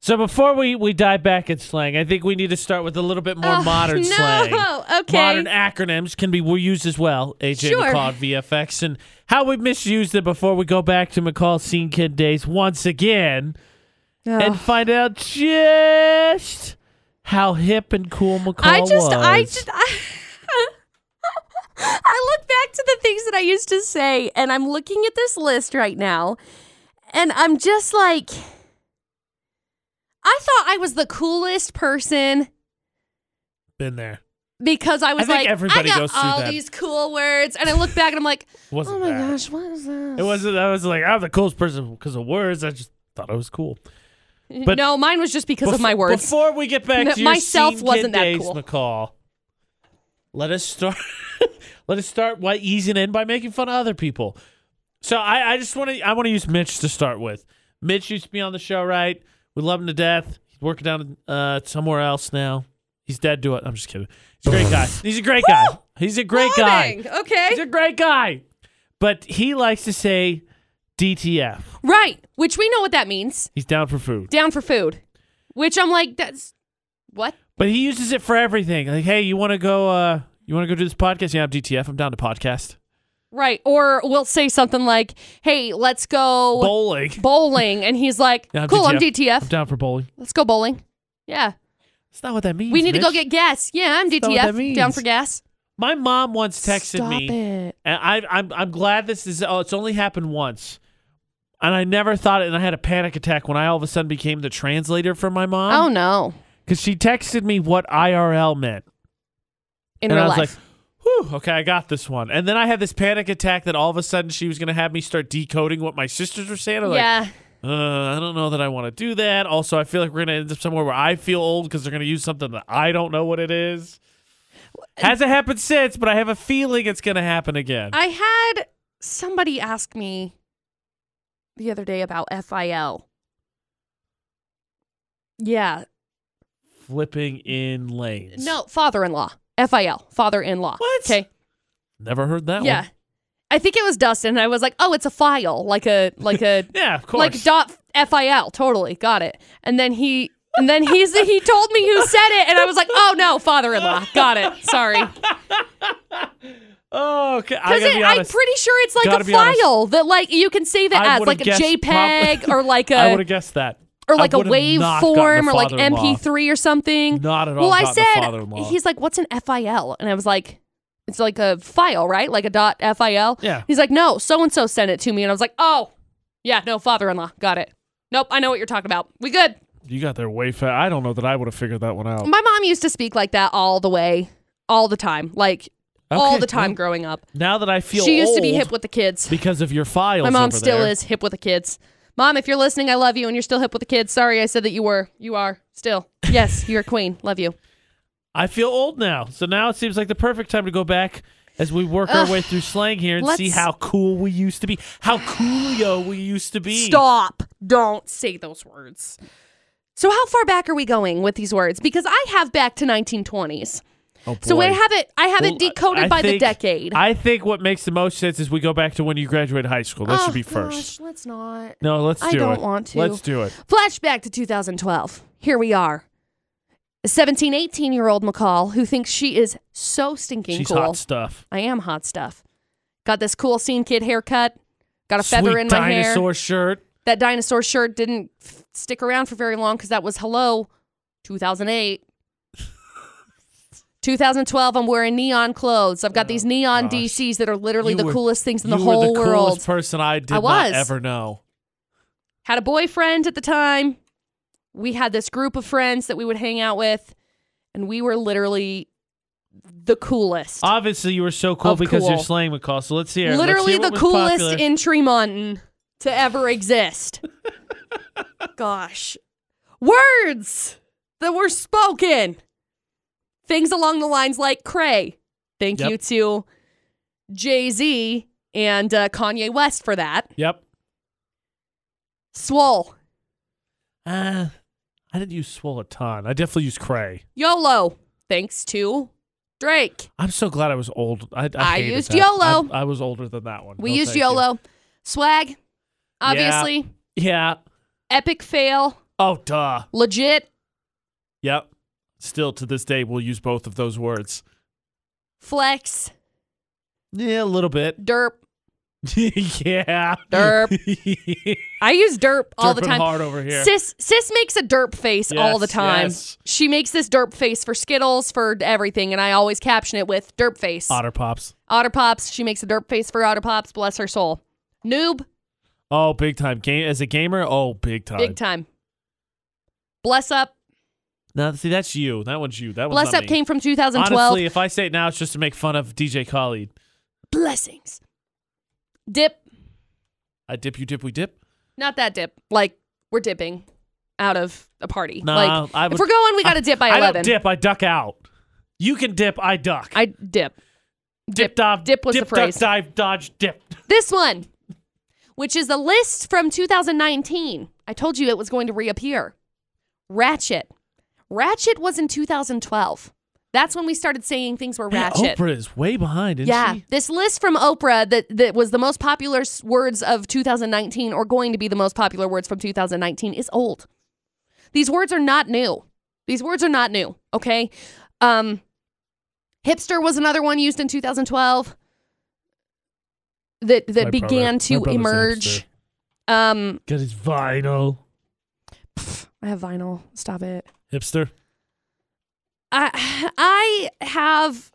Speaker 1: So before we, we dive back in slang, I think we need to start with a little bit more
Speaker 2: Oh,
Speaker 1: modern
Speaker 2: no.
Speaker 1: slang.
Speaker 2: [LAUGHS] Okay.
Speaker 1: Modern acronyms can be used as well. AJ
Speaker 2: Sure.
Speaker 1: McCall at VFX and how we misused it before we go back to McCall Scene Kid days once again and
Speaker 2: Ugh.
Speaker 1: find out just how hip and cool McCall
Speaker 2: I just,
Speaker 1: was.
Speaker 2: I just, I, [LAUGHS] I look back to the things that I used to say, and I'm looking at this list right now, and I'm just like, I thought I was the coolest person
Speaker 1: been there.
Speaker 2: because I was
Speaker 1: think
Speaker 2: like,
Speaker 1: everybody
Speaker 2: I got
Speaker 1: goes through
Speaker 2: all
Speaker 1: that.
Speaker 2: these cool words, and I look back and I'm like,
Speaker 1: [LAUGHS] Wasn't
Speaker 2: oh my
Speaker 1: bad.
Speaker 2: gosh, what is this?
Speaker 1: It wasn't. I was like, I'm the coolest person because of words. I just thought I was cool. but-
Speaker 2: no, mine was just because of
Speaker 1: Bef-
Speaker 2: my words.
Speaker 1: Before we get back
Speaker 2: No,
Speaker 1: to your
Speaker 2: myself
Speaker 1: scene kid
Speaker 2: wasn't that
Speaker 1: days,
Speaker 2: cool.
Speaker 1: McCall. Let us start. [LAUGHS] let us start by easing in by making fun of other people. So I, I just want to. I want to use Mitch to start with. Mitch used to be on the show, right? We love him to death. He's working down uh, somewhere else now. He's dead to it. I'm just kidding. He's a great
Speaker 2: [LAUGHS]
Speaker 1: guy. He's a great guy. He's a great guy.
Speaker 2: Morning, Okay.
Speaker 1: He's a great guy. But he likes to say DTF.
Speaker 2: Right, which we know what that means.
Speaker 1: He's down for food.
Speaker 2: Down for food. Which I'm like, that's what?
Speaker 1: But he uses it for everything. Like, hey, you want to go? Uh, you want to go do this podcast? Yeah, I'm DTF. I'm down to podcast
Speaker 2: Right. Or we'll say something like, hey, let's go
Speaker 1: bowling.
Speaker 2: bowling. And he's like,
Speaker 1: Yeah, I'm
Speaker 2: cool, I'm
Speaker 1: I'm
Speaker 2: DTF.
Speaker 1: down for bowling.
Speaker 2: Let's go bowling. Yeah.
Speaker 1: That's not what that means.
Speaker 2: We need to go
Speaker 1: Mitch.
Speaker 2: get gas. Yeah, I'm
Speaker 1: not what that
Speaker 2: DTF.
Speaker 1: means.
Speaker 2: Down for gas.
Speaker 1: My mom once texted
Speaker 2: Stop
Speaker 1: me,
Speaker 2: it.
Speaker 1: and I, I'm I'm glad this is. Oh, it's only happened once, and I never thought it. And I had a panic attack when I all of a sudden became the translator for my
Speaker 2: oh,
Speaker 1: mom
Speaker 2: no.
Speaker 1: because she texted me what IRL meant.
Speaker 2: In
Speaker 1: and
Speaker 2: real
Speaker 1: I was
Speaker 2: life.
Speaker 1: like, Whew, okay, I got this one. And then I had this panic attack that all of a sudden she was going to have me start decoding what my sisters were saying. I'm like,
Speaker 2: yeah.
Speaker 1: uh, I don't know that I want to do that. Also, I feel like we're gonna end up somewhere where I feel old because they're gonna use something that I don't know what it is. Hasn't happened since, but I have a feeling it's gonna happen again.
Speaker 2: I had somebody ask me the other day about FIL. Yeah.
Speaker 1: Flipping in lanes.
Speaker 2: No, father in law. FIL, father in law.
Speaker 1: What?
Speaker 2: Okay.
Speaker 1: never heard that
Speaker 2: Yeah.
Speaker 1: one.
Speaker 2: I think it was Dustin. And I was like, oh, it's a file, like a, like a,
Speaker 1: Yeah, [LAUGHS] of course.
Speaker 2: like dot FIL. Totally. Got it. And then he, and then he's, he told me who said it. And I was like, oh no, father in law. Got it.
Speaker 1: [LAUGHS]
Speaker 2: Sorry.
Speaker 1: oh, okay. I
Speaker 2: Because
Speaker 1: gotta be
Speaker 2: I'm
Speaker 1: honest.
Speaker 2: pretty sure it's like
Speaker 1: Gotta
Speaker 2: a
Speaker 1: be honest.
Speaker 2: file that like you can save it
Speaker 1: I
Speaker 2: as
Speaker 1: would've
Speaker 2: like a
Speaker 1: guessed prob-
Speaker 2: JPEG or
Speaker 1: [LAUGHS]
Speaker 2: like
Speaker 1: I would
Speaker 2: a
Speaker 1: have guessed that.
Speaker 2: or
Speaker 1: I
Speaker 2: like a
Speaker 1: would've not gotten
Speaker 2: waveform
Speaker 1: the
Speaker 2: or like
Speaker 1: father-in-law.
Speaker 2: MP3 or something.
Speaker 1: Not at all.
Speaker 2: well, I
Speaker 1: gotten the
Speaker 2: said
Speaker 1: father-in-law.
Speaker 2: he's like, "What's an FIL?" And I was like, "It's like a file, right? Like a dot FIL."
Speaker 1: Yeah.
Speaker 2: He's like, "No, so and so sent it to me," and I was like, "Oh, yeah, no, father-in-law, got it." Nope, I know what you're talking about. We good.
Speaker 1: You got there way fast. I don't know that I would have figured that one out.
Speaker 2: My mom used to speak like that all the way, all the time, like all
Speaker 1: Okay,
Speaker 2: the time
Speaker 1: well,
Speaker 2: growing up.
Speaker 1: now that I feel
Speaker 2: She used to be
Speaker 1: old
Speaker 2: hip with the kids.
Speaker 1: because of your files.
Speaker 2: My mom
Speaker 1: over
Speaker 2: still
Speaker 1: there.
Speaker 2: is hip with the kids. Mom, if you're listening, I love you, and you're still hip with the kids. Sorry, I said that you were. You are still. Yes, you're a queen. Love you.
Speaker 1: I feel old now, so now it seems like the perfect time to go back as we work our
Speaker 2: Ugh.
Speaker 1: way through slang here and see
Speaker 2: Let's-
Speaker 1: how cool we used to be, how coolio we used to be.
Speaker 2: Stop. Don't say those words. So, how far back are we going with these words? Because I have back to 1920s.
Speaker 1: Oh, boy.
Speaker 2: So I have it. I have
Speaker 1: Well,
Speaker 2: it decoded
Speaker 1: I
Speaker 2: by the
Speaker 1: think-
Speaker 2: decade.
Speaker 1: I think what makes the most sense is we go back to when you graduated high school. That
Speaker 2: Oh,
Speaker 1: should be first.
Speaker 2: gosh, let's not.
Speaker 1: No, let's do
Speaker 2: I
Speaker 1: it.
Speaker 2: don't want to.
Speaker 1: Let's do it.
Speaker 2: Flashback to 2012. Here we are. 17, 18 year old McCall who thinks she is so stinking
Speaker 1: She's
Speaker 2: cool.
Speaker 1: hot stuff.
Speaker 2: I am hot stuff. Got this cool scene kid haircut. Got a feather
Speaker 1: Sweet
Speaker 2: in my
Speaker 1: dinosaur
Speaker 2: hair.
Speaker 1: shirt.
Speaker 2: That dinosaur shirt didn't f- stick around for very long because that was hello,
Speaker 1: [LAUGHS]
Speaker 2: 2008. 2012, I'm wearing neon clothes. I've got these neon
Speaker 1: Oh, gosh.
Speaker 2: DCs that are literally
Speaker 1: You
Speaker 2: the
Speaker 1: were-
Speaker 2: coolest things in the
Speaker 1: you
Speaker 2: whole
Speaker 1: were the
Speaker 2: world.
Speaker 1: coolest person I did
Speaker 2: I was.
Speaker 1: not ever know.
Speaker 2: had a boyfriend at the time. We had this group of friends that we would hang out with, and we were literally the coolest.
Speaker 1: Obviously, you were so cool
Speaker 2: Of
Speaker 1: because you're
Speaker 2: cool.
Speaker 1: slang McCall. So let's hear. let's
Speaker 2: literally
Speaker 1: hear
Speaker 2: the
Speaker 1: what was
Speaker 2: coolest
Speaker 1: popular.
Speaker 2: in Tremonton to
Speaker 1: [LAUGHS]
Speaker 2: ever exist. Gosh. Words that were spoken. Things along the lines like Cray. Thank
Speaker 1: Yep.
Speaker 2: you to Jay Z and uh, Kanye West for that.
Speaker 1: Yep.
Speaker 2: Swole.
Speaker 1: Uh, I didn't use swole a ton. I definitely used cray.
Speaker 2: YOLO. Thanks to Drake.
Speaker 1: I'm so glad I was old. I, I,
Speaker 2: I
Speaker 1: hated
Speaker 2: used
Speaker 1: that.
Speaker 2: YOLO.
Speaker 1: I, I was older than that one.
Speaker 2: We
Speaker 1: No,
Speaker 2: used
Speaker 1: Oh, thank you.
Speaker 2: YOLO. Swag. Obviously.
Speaker 1: Yeah.
Speaker 2: Epic fail.
Speaker 1: Oh, duh.
Speaker 2: Legit.
Speaker 1: Yep. Still to this day, we'll use both of those words.
Speaker 2: Flex.
Speaker 1: Yeah, a little bit. [LAUGHS]
Speaker 2: Derp.
Speaker 1: yeah.
Speaker 2: Derp.
Speaker 1: [LAUGHS]
Speaker 2: I use derp all the
Speaker 1: Derping
Speaker 2: time.
Speaker 1: hard over here.
Speaker 2: Sis sis makes a derp face all the
Speaker 1: Yes,
Speaker 2: time.
Speaker 1: yes.
Speaker 2: She makes this derp face for Skittles, for everything, and I always caption it with derp face.
Speaker 1: Otter pops.
Speaker 2: Otter Pops, she makes a derp face for Otter Pops, bless her soul. Noob,
Speaker 1: Oh, big time. Game as a gamer. Oh, big time.
Speaker 2: big time. Bless Up.
Speaker 1: Now, see, that's you. That one's you. That one's
Speaker 2: Bless
Speaker 1: not
Speaker 2: Up
Speaker 1: me.
Speaker 2: came from 2012.
Speaker 1: Honestly, uh, if I say it now, it's just to make fun of DJ Khalid.
Speaker 2: Blessings. Dip,
Speaker 1: I dip, you dip, we dip.
Speaker 2: not that dip. Like, we're dipping out of a party.
Speaker 1: Nah,
Speaker 2: like,
Speaker 1: I
Speaker 2: if
Speaker 1: would-
Speaker 2: we're going, we got to dip by
Speaker 1: I
Speaker 2: 11.
Speaker 1: don't dip. I duck out. You can dip. I duck.
Speaker 2: I dip.
Speaker 1: dip, dive.
Speaker 2: dip was
Speaker 1: dip,
Speaker 2: the phrase.
Speaker 1: Duck, dive, dodge, dip.
Speaker 2: This one, which is the list from 2019. I told you it was going to reappear. Ratchet. Ratchet was in 2012. That's when we started saying things were
Speaker 1: Man,
Speaker 2: ratchet.
Speaker 1: Oprah is way behind, isn't
Speaker 2: yeah,
Speaker 1: she?
Speaker 2: this list from Oprah that, that was the most popular s- words of 2019 or going to be the most popular words from 2019 is old. These words are not new. These words are not new, okay? Um, hipster was another one used in 2012 that that
Speaker 1: My brother-
Speaker 2: began
Speaker 1: my brother's a
Speaker 2: to
Speaker 1: hipster.
Speaker 2: emerge. Um,
Speaker 1: Because it's vinyl.
Speaker 2: I have vinyl. Stop it.
Speaker 1: Hipster.
Speaker 2: I I have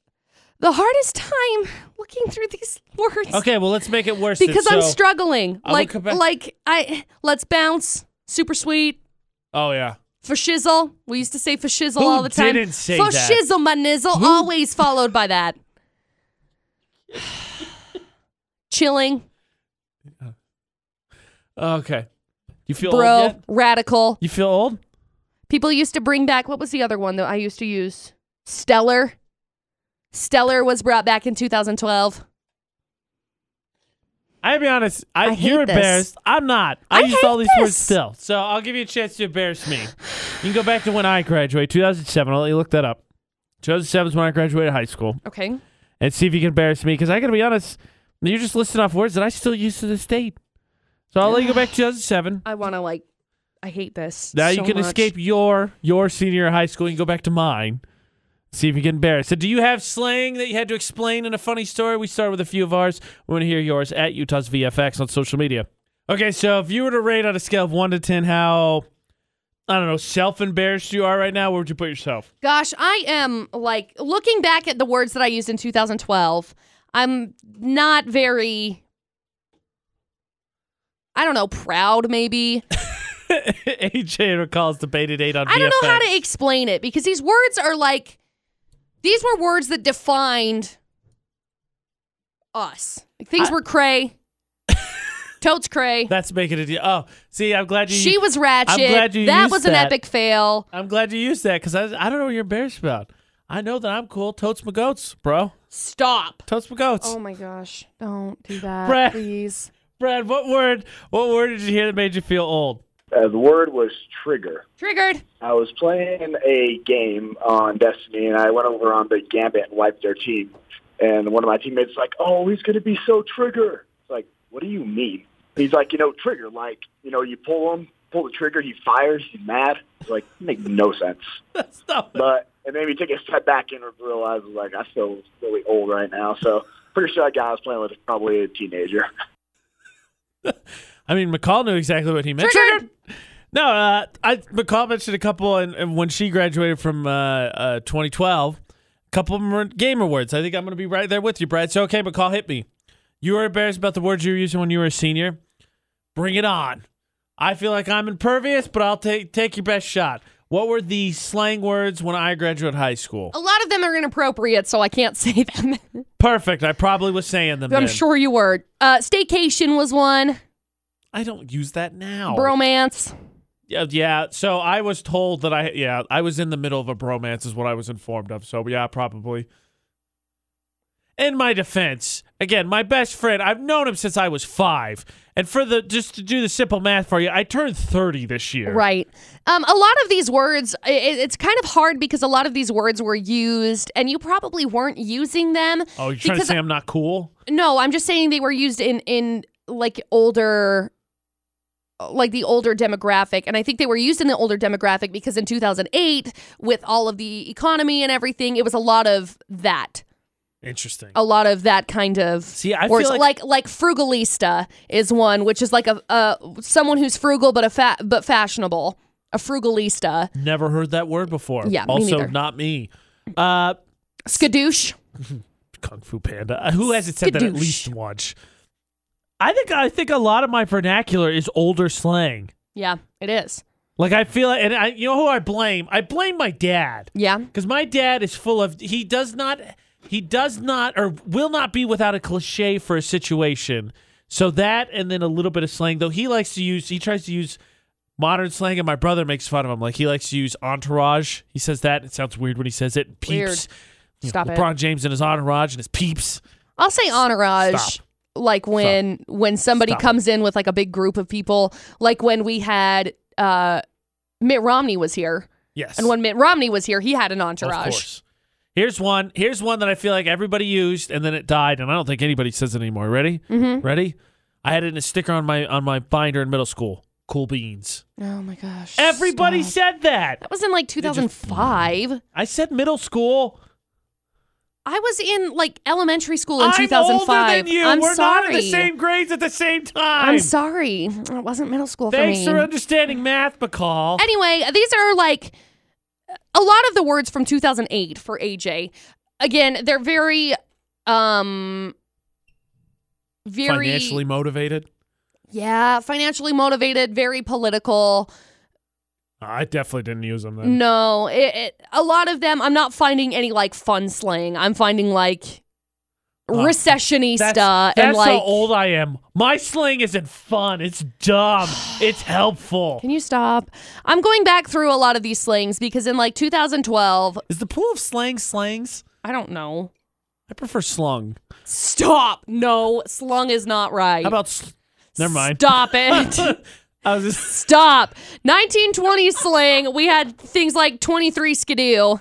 Speaker 2: the hardest time looking through these [LAUGHS] words.
Speaker 1: Okay, well, let's make it worse. then.
Speaker 2: because I'm
Speaker 1: So-
Speaker 2: struggling.
Speaker 1: I will
Speaker 2: like,
Speaker 1: come back-
Speaker 2: like I let's bounce. Super sweet
Speaker 1: Oh, yeah.
Speaker 2: for shizzle. We used to say for shizzle
Speaker 1: Who
Speaker 2: all the time.
Speaker 1: didn't say
Speaker 2: for
Speaker 1: that?
Speaker 2: shizzle, my nizzle, always followed by that. [SIGHS] Chilling.
Speaker 1: Okay. You feel
Speaker 2: bro,
Speaker 1: old yet?
Speaker 2: radical.
Speaker 1: You feel old?
Speaker 2: People used to bring back what was the other one that I used to use? Stellar. Stellar was brought back in 2012.
Speaker 1: I'll be honest. I,
Speaker 2: I hate
Speaker 1: you're
Speaker 2: this.
Speaker 1: embarrassed. I'm not. I,
Speaker 2: I
Speaker 1: used
Speaker 2: hate
Speaker 1: all these words
Speaker 2: this.
Speaker 1: still. So I'll give you a chance to embarrass me. You can go back to when I graduated, 2007. I'll let you look that up. 2007 is when I graduated high school.
Speaker 2: Okay.
Speaker 1: And see if you can embarrass me. Because I got to be honest, you're just listing off words that I still use to this date. So I'll let you go back to
Speaker 2: [SIGHS]
Speaker 1: 2007.
Speaker 2: I want to like I hate this.
Speaker 1: Now you
Speaker 2: so
Speaker 1: can
Speaker 2: much.
Speaker 1: escape your your senior high school. You can go back to mine. See if you get embarrassed. So, do you have slang that you had to explain in a funny story? We started with a few of ours. We want to hear yours at Utah's VFX on social media. Okay, so if you were to rate on a scale of one to ten how I don't know self embarrassed you are right now, where would you put yourself? [LAUGHS]
Speaker 2: Gosh, I am like looking back at the words that I used in 2012. I'm not very I don't know, proud
Speaker 1: [LAUGHS]
Speaker 2: maybe.
Speaker 1: AJ recalls debated eight on.
Speaker 2: I don't know how
Speaker 1: VFX.
Speaker 2: to explain it because these words are like these were words that defined us. Like, things were
Speaker 1: [LAUGHS]
Speaker 2: cray. Totes cray.
Speaker 1: That's making it. Oh, see, I'm glad you.
Speaker 2: She was ratchet.
Speaker 1: glad you
Speaker 2: that
Speaker 1: used
Speaker 2: was an
Speaker 1: that.
Speaker 2: epic fail.
Speaker 1: I'm glad you used that because I, I don't know what you're embarrassed about. I know that I'm cool. Totes my goats, bro.
Speaker 2: Stop.
Speaker 1: Totes my goats.
Speaker 2: Oh my gosh. Don't do that,
Speaker 1: Brad.
Speaker 2: please.
Speaker 1: Brad, what word? What word did you hear that made you feel old?
Speaker 5: Uh, the word was trigger.
Speaker 2: Triggered.
Speaker 5: I was playing a game on Destiny, and I went over on the Gambit and wiped their team. And one of my teammates like, "Oh, he's going to be so trigger." It's like, "What do you mean?" He's like, "You know, trigger. Like, you know, you pull him, pull the trigger, he fires, he's mad." It's like, make no sense.
Speaker 1: That's not.
Speaker 5: But it made me take a step back and realize, like, I feel really old right now. So pretty sure that guy I was playing with is probably a teenager.
Speaker 1: I mean, McCall knew exactly what he meant.
Speaker 2: Triggered.
Speaker 1: No, uh, I McCall mentioned a couple, and, and when she graduated from uh, uh, 2012, a couple of them were game awards. I think I'm going to be right there with you, Brad. So okay, McCall, hit me. You were embarrassed about the words you were using when you were a senior. Bring it on. I feel like I'm impervious, but I'll take take your best shot. What were the slang words when I graduated high school?
Speaker 2: A lot of them are inappropriate, so I can't [LAUGHS] say them.
Speaker 1: Perfect. I probably was saying them.
Speaker 2: But I'm
Speaker 1: then.
Speaker 2: sure you were. Uh, staycation was one.
Speaker 1: I don't use that now.
Speaker 2: Bromance.
Speaker 1: Yeah, yeah. So I was told that I yeah I was in the middle of a bromance is what I was informed of. So yeah, probably. In my defense, again, my best friend, I've known him since I was five, and for the just to do the simple math for you, I turned thirty this year.
Speaker 2: Right. Um, a lot of these words, i- i it's kind of hard because a lot of these words were used and you probably weren't using them.
Speaker 1: Oh, you're trying
Speaker 2: because-
Speaker 1: to say I'm not cool?
Speaker 2: No, I'm just saying they were used in, in like older, like the older demographic. And I think they were used in the older demographic because in 2008, with all of the economy and everything, it was a lot of that.
Speaker 1: Interesting.
Speaker 2: a lot of that kind of
Speaker 1: See, I
Speaker 2: words.
Speaker 1: feel like-
Speaker 2: like like frugalista is one, which is like a uh, someone who's frugal but a fa- but fashionable. A frugalista,
Speaker 1: Never heard that word before.
Speaker 2: Yeah, me
Speaker 1: Also,
Speaker 2: neither.
Speaker 1: not me. Uh,
Speaker 2: skadoosh.
Speaker 1: Kung Fu Panda. Uh, Who hasn't said that at
Speaker 2: Skadoosh.
Speaker 1: least once? I think I think a lot of my vernacular is older slang.
Speaker 2: Yeah, it is.
Speaker 1: Like I feel, and I, you know who I blame? I blame my dad
Speaker 2: Yeah,
Speaker 1: because my dad is full of. He does not, he does not, or will not be without a cliche for a situation. So that, and then a little bit of slang. Though he likes to use, he tries to use modern slang, and my brother makes fun of him. Like he likes to use entourage. He says that. It sounds weird when he says it. Peeps.
Speaker 2: Weird.
Speaker 1: You know,
Speaker 2: Stop it.
Speaker 1: LeBron James and his entourage and his peeps.
Speaker 2: I'll say entourage.
Speaker 1: Stop.
Speaker 2: Like when when somebody
Speaker 1: Stop.
Speaker 2: comes in with like a big group of people, like when we had uh, Mitt Romney was here,
Speaker 1: Yes.
Speaker 2: and when Mitt Romney was here, he had an
Speaker 1: Of
Speaker 2: entourage.
Speaker 1: course. Here's one. Here's one that I feel like everybody used and then it died, and I don't think anybody says it anymore. Ready? Mm-hmm. Ready? I had it in a sticker on my on my binder in middle school. Cool beans.
Speaker 2: Oh my gosh!
Speaker 1: Everybody
Speaker 2: stop.
Speaker 1: said that.
Speaker 2: that was in like 2005.
Speaker 1: I said middle school.
Speaker 2: I was in like elementary school in
Speaker 1: I'm
Speaker 2: 2005.
Speaker 1: older than you.
Speaker 2: I'm
Speaker 1: We're
Speaker 2: sorry.
Speaker 1: not in the same grades at the same time.
Speaker 2: I'm sorry. It wasn't middle school for
Speaker 1: Thanks
Speaker 2: me.
Speaker 1: for understanding math, McCall.
Speaker 2: anyway, these are like a lot of the words from 2008 for AJ. Again, they're very um very
Speaker 1: Financially motivated.
Speaker 2: yeah, financially motivated, very political.
Speaker 1: I definitely didn't use them then.
Speaker 2: No, it, it, a lot of them I'm not finding any like fun slang. I'm finding like recessionista
Speaker 1: That's,
Speaker 2: and
Speaker 1: that's
Speaker 2: like
Speaker 1: how old I am. My slang isn't fun. It's dumb. it's helpful.
Speaker 2: Can you stop? I'm going back through a lot of these slings because in like 2012,
Speaker 1: Is the pool of slang slangs?
Speaker 2: I don't know.
Speaker 1: I prefer slung.
Speaker 2: Stop. No, slung is not right.
Speaker 1: How about? Sl- Never mind. [LAUGHS]
Speaker 2: Stop it.
Speaker 1: I was just.
Speaker 2: Stop. 1920 sling. We had things like 23 skidoo,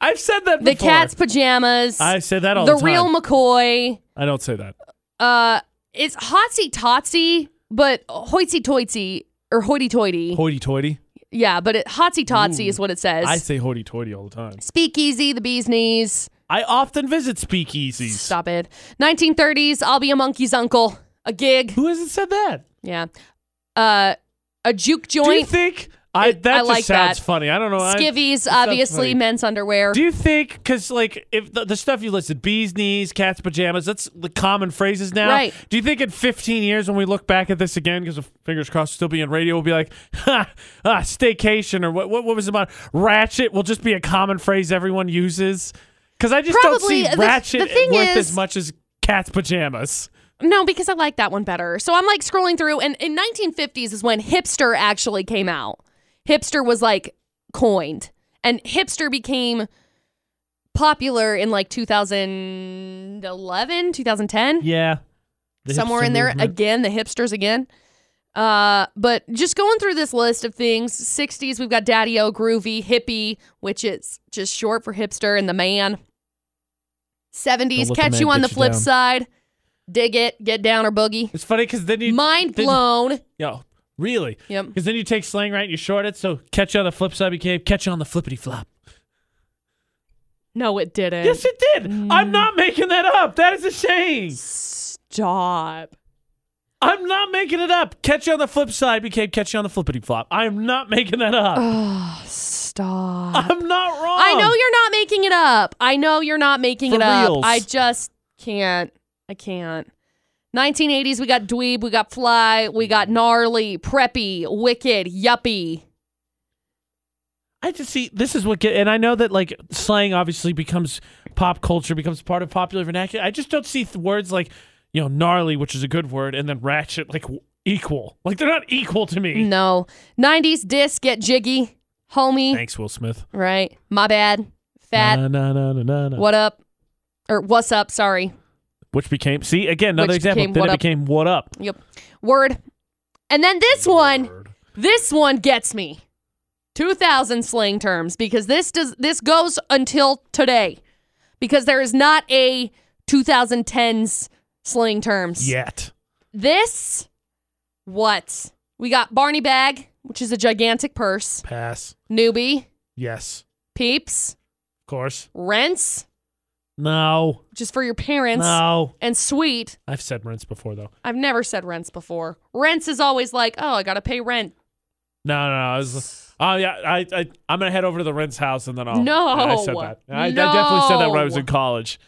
Speaker 1: I've said that
Speaker 2: the
Speaker 1: before.
Speaker 2: cat's pajamas,
Speaker 1: I say that all the,
Speaker 2: the
Speaker 1: time.
Speaker 2: real McCoy.
Speaker 1: I don't say that.
Speaker 2: Uh, it's hotsy totsy, but hoitsy toitsy or hoity toity.
Speaker 1: Hoity-toity.
Speaker 2: yeah, but it, hotsy totsy is what it says.
Speaker 1: I say hoity-toity all the time.
Speaker 2: Speakeasy, the bee's knees.
Speaker 1: I often visit speakeasies.
Speaker 2: Stop it. 1930s, I'll be a monkey's uncle. A gig.
Speaker 1: Who hasn't said that?
Speaker 2: Yeah. Uh, a juke
Speaker 1: Do you
Speaker 2: joint.
Speaker 1: think? I
Speaker 2: It-
Speaker 1: that
Speaker 2: I
Speaker 1: just
Speaker 2: like
Speaker 1: sounds
Speaker 2: that.
Speaker 1: funny. I don't know. I-
Speaker 2: Skivvies,
Speaker 1: sounds
Speaker 2: obviously,
Speaker 1: funny.
Speaker 2: men's underwear.
Speaker 1: Do you think? Because like, if the, the stuff you listed, bees knees, cats pajamas, that's the common phrases now.
Speaker 2: Right.
Speaker 1: Do you think in 15 years when we look back at this again, because fingers crossed, still be in radio, we'll be like, ha, ah, staycation or what? What, what was it about ratchet? Will just be a common phrase everyone uses. Because I just
Speaker 2: Probably. uh,
Speaker 1: don't
Speaker 2: The-
Speaker 1: see ratchet
Speaker 2: the thing
Speaker 1: worth
Speaker 2: is-
Speaker 1: as much as cats pajamas.
Speaker 2: no, because I like that one better. So I'm like scrolling through, and in 1950s is when hipster actually came out. Hipster was like coined, and hipster became popular in like 2011, 2010.
Speaker 1: Yeah.
Speaker 2: somewhere in there again the hipsters again uh but just going through this list of things 60s we've got daddy o groovy hippie which is just short for hipster and the man 70s
Speaker 1: Don't let the
Speaker 2: catch
Speaker 1: man
Speaker 2: you on
Speaker 1: get
Speaker 2: the
Speaker 1: you
Speaker 2: flip
Speaker 1: down.
Speaker 2: side dig it get down or boogie
Speaker 1: It's funny because then you
Speaker 2: mind
Speaker 1: then-
Speaker 2: blown
Speaker 1: Yo, really?
Speaker 2: Yep.
Speaker 1: Because then you take slang right and you short it. So catch you on the flip side became catch you on the flippity flop.
Speaker 2: no it didn't
Speaker 1: Yes, it did. I'm not making that up. That is a saying.
Speaker 2: stop
Speaker 1: I'm not making it up. Catch you on the flip side became catch you on the flippity flop. I'm not making that up.
Speaker 2: Ah, stop
Speaker 1: I'm not wrong.
Speaker 2: i know you're not making it up i know you're not making
Speaker 1: For
Speaker 2: it up
Speaker 1: reals.
Speaker 2: i just can't i can't 1980s, we got dweeb, we got fly, we got gnarly, preppy, wicked, yuppie.
Speaker 1: I just see this is what get and I know that like slang obviously becomes pop culture, becomes part of popular vernacular. I just don't see th- words like you know gnarly, which is a good word, and then ratchet like w- equal. Like they're not equal to me.
Speaker 2: No. 90s disc, get jiggy, homie.
Speaker 1: Thanks, Will Smith.
Speaker 2: Right. My bad. Fat.
Speaker 1: Na, na, na, na, na, na.
Speaker 2: What up? Or what's up? Sorry.
Speaker 1: Which became see again another
Speaker 2: Which
Speaker 1: example.
Speaker 2: became
Speaker 1: then
Speaker 2: what
Speaker 1: it
Speaker 2: up.
Speaker 1: became what up.
Speaker 2: Yep. Word. And then this one, this one gets me. 2000 slang terms because this does this goes until today. Because there is not a 2010s slang terms.
Speaker 1: Yet.
Speaker 2: This what? We got Barney bag, which is a gigantic purse.
Speaker 1: Pass.
Speaker 2: Newbie,
Speaker 1: Yes.
Speaker 2: peeps,
Speaker 1: Of course.
Speaker 2: rents,
Speaker 1: No.
Speaker 2: which is for your parents,
Speaker 1: No.
Speaker 2: and sweet.
Speaker 1: I've said rents before though.
Speaker 2: I've never said rents before. Rents is always like, oh, I gotta pay rent.
Speaker 1: No, no, no. I was, oh yeah, I, I, I'm gonna head over to the rents house and then I'll.
Speaker 2: No.
Speaker 1: Yeah, I said that. I, I definitely said that when I was
Speaker 2: No.
Speaker 1: in college.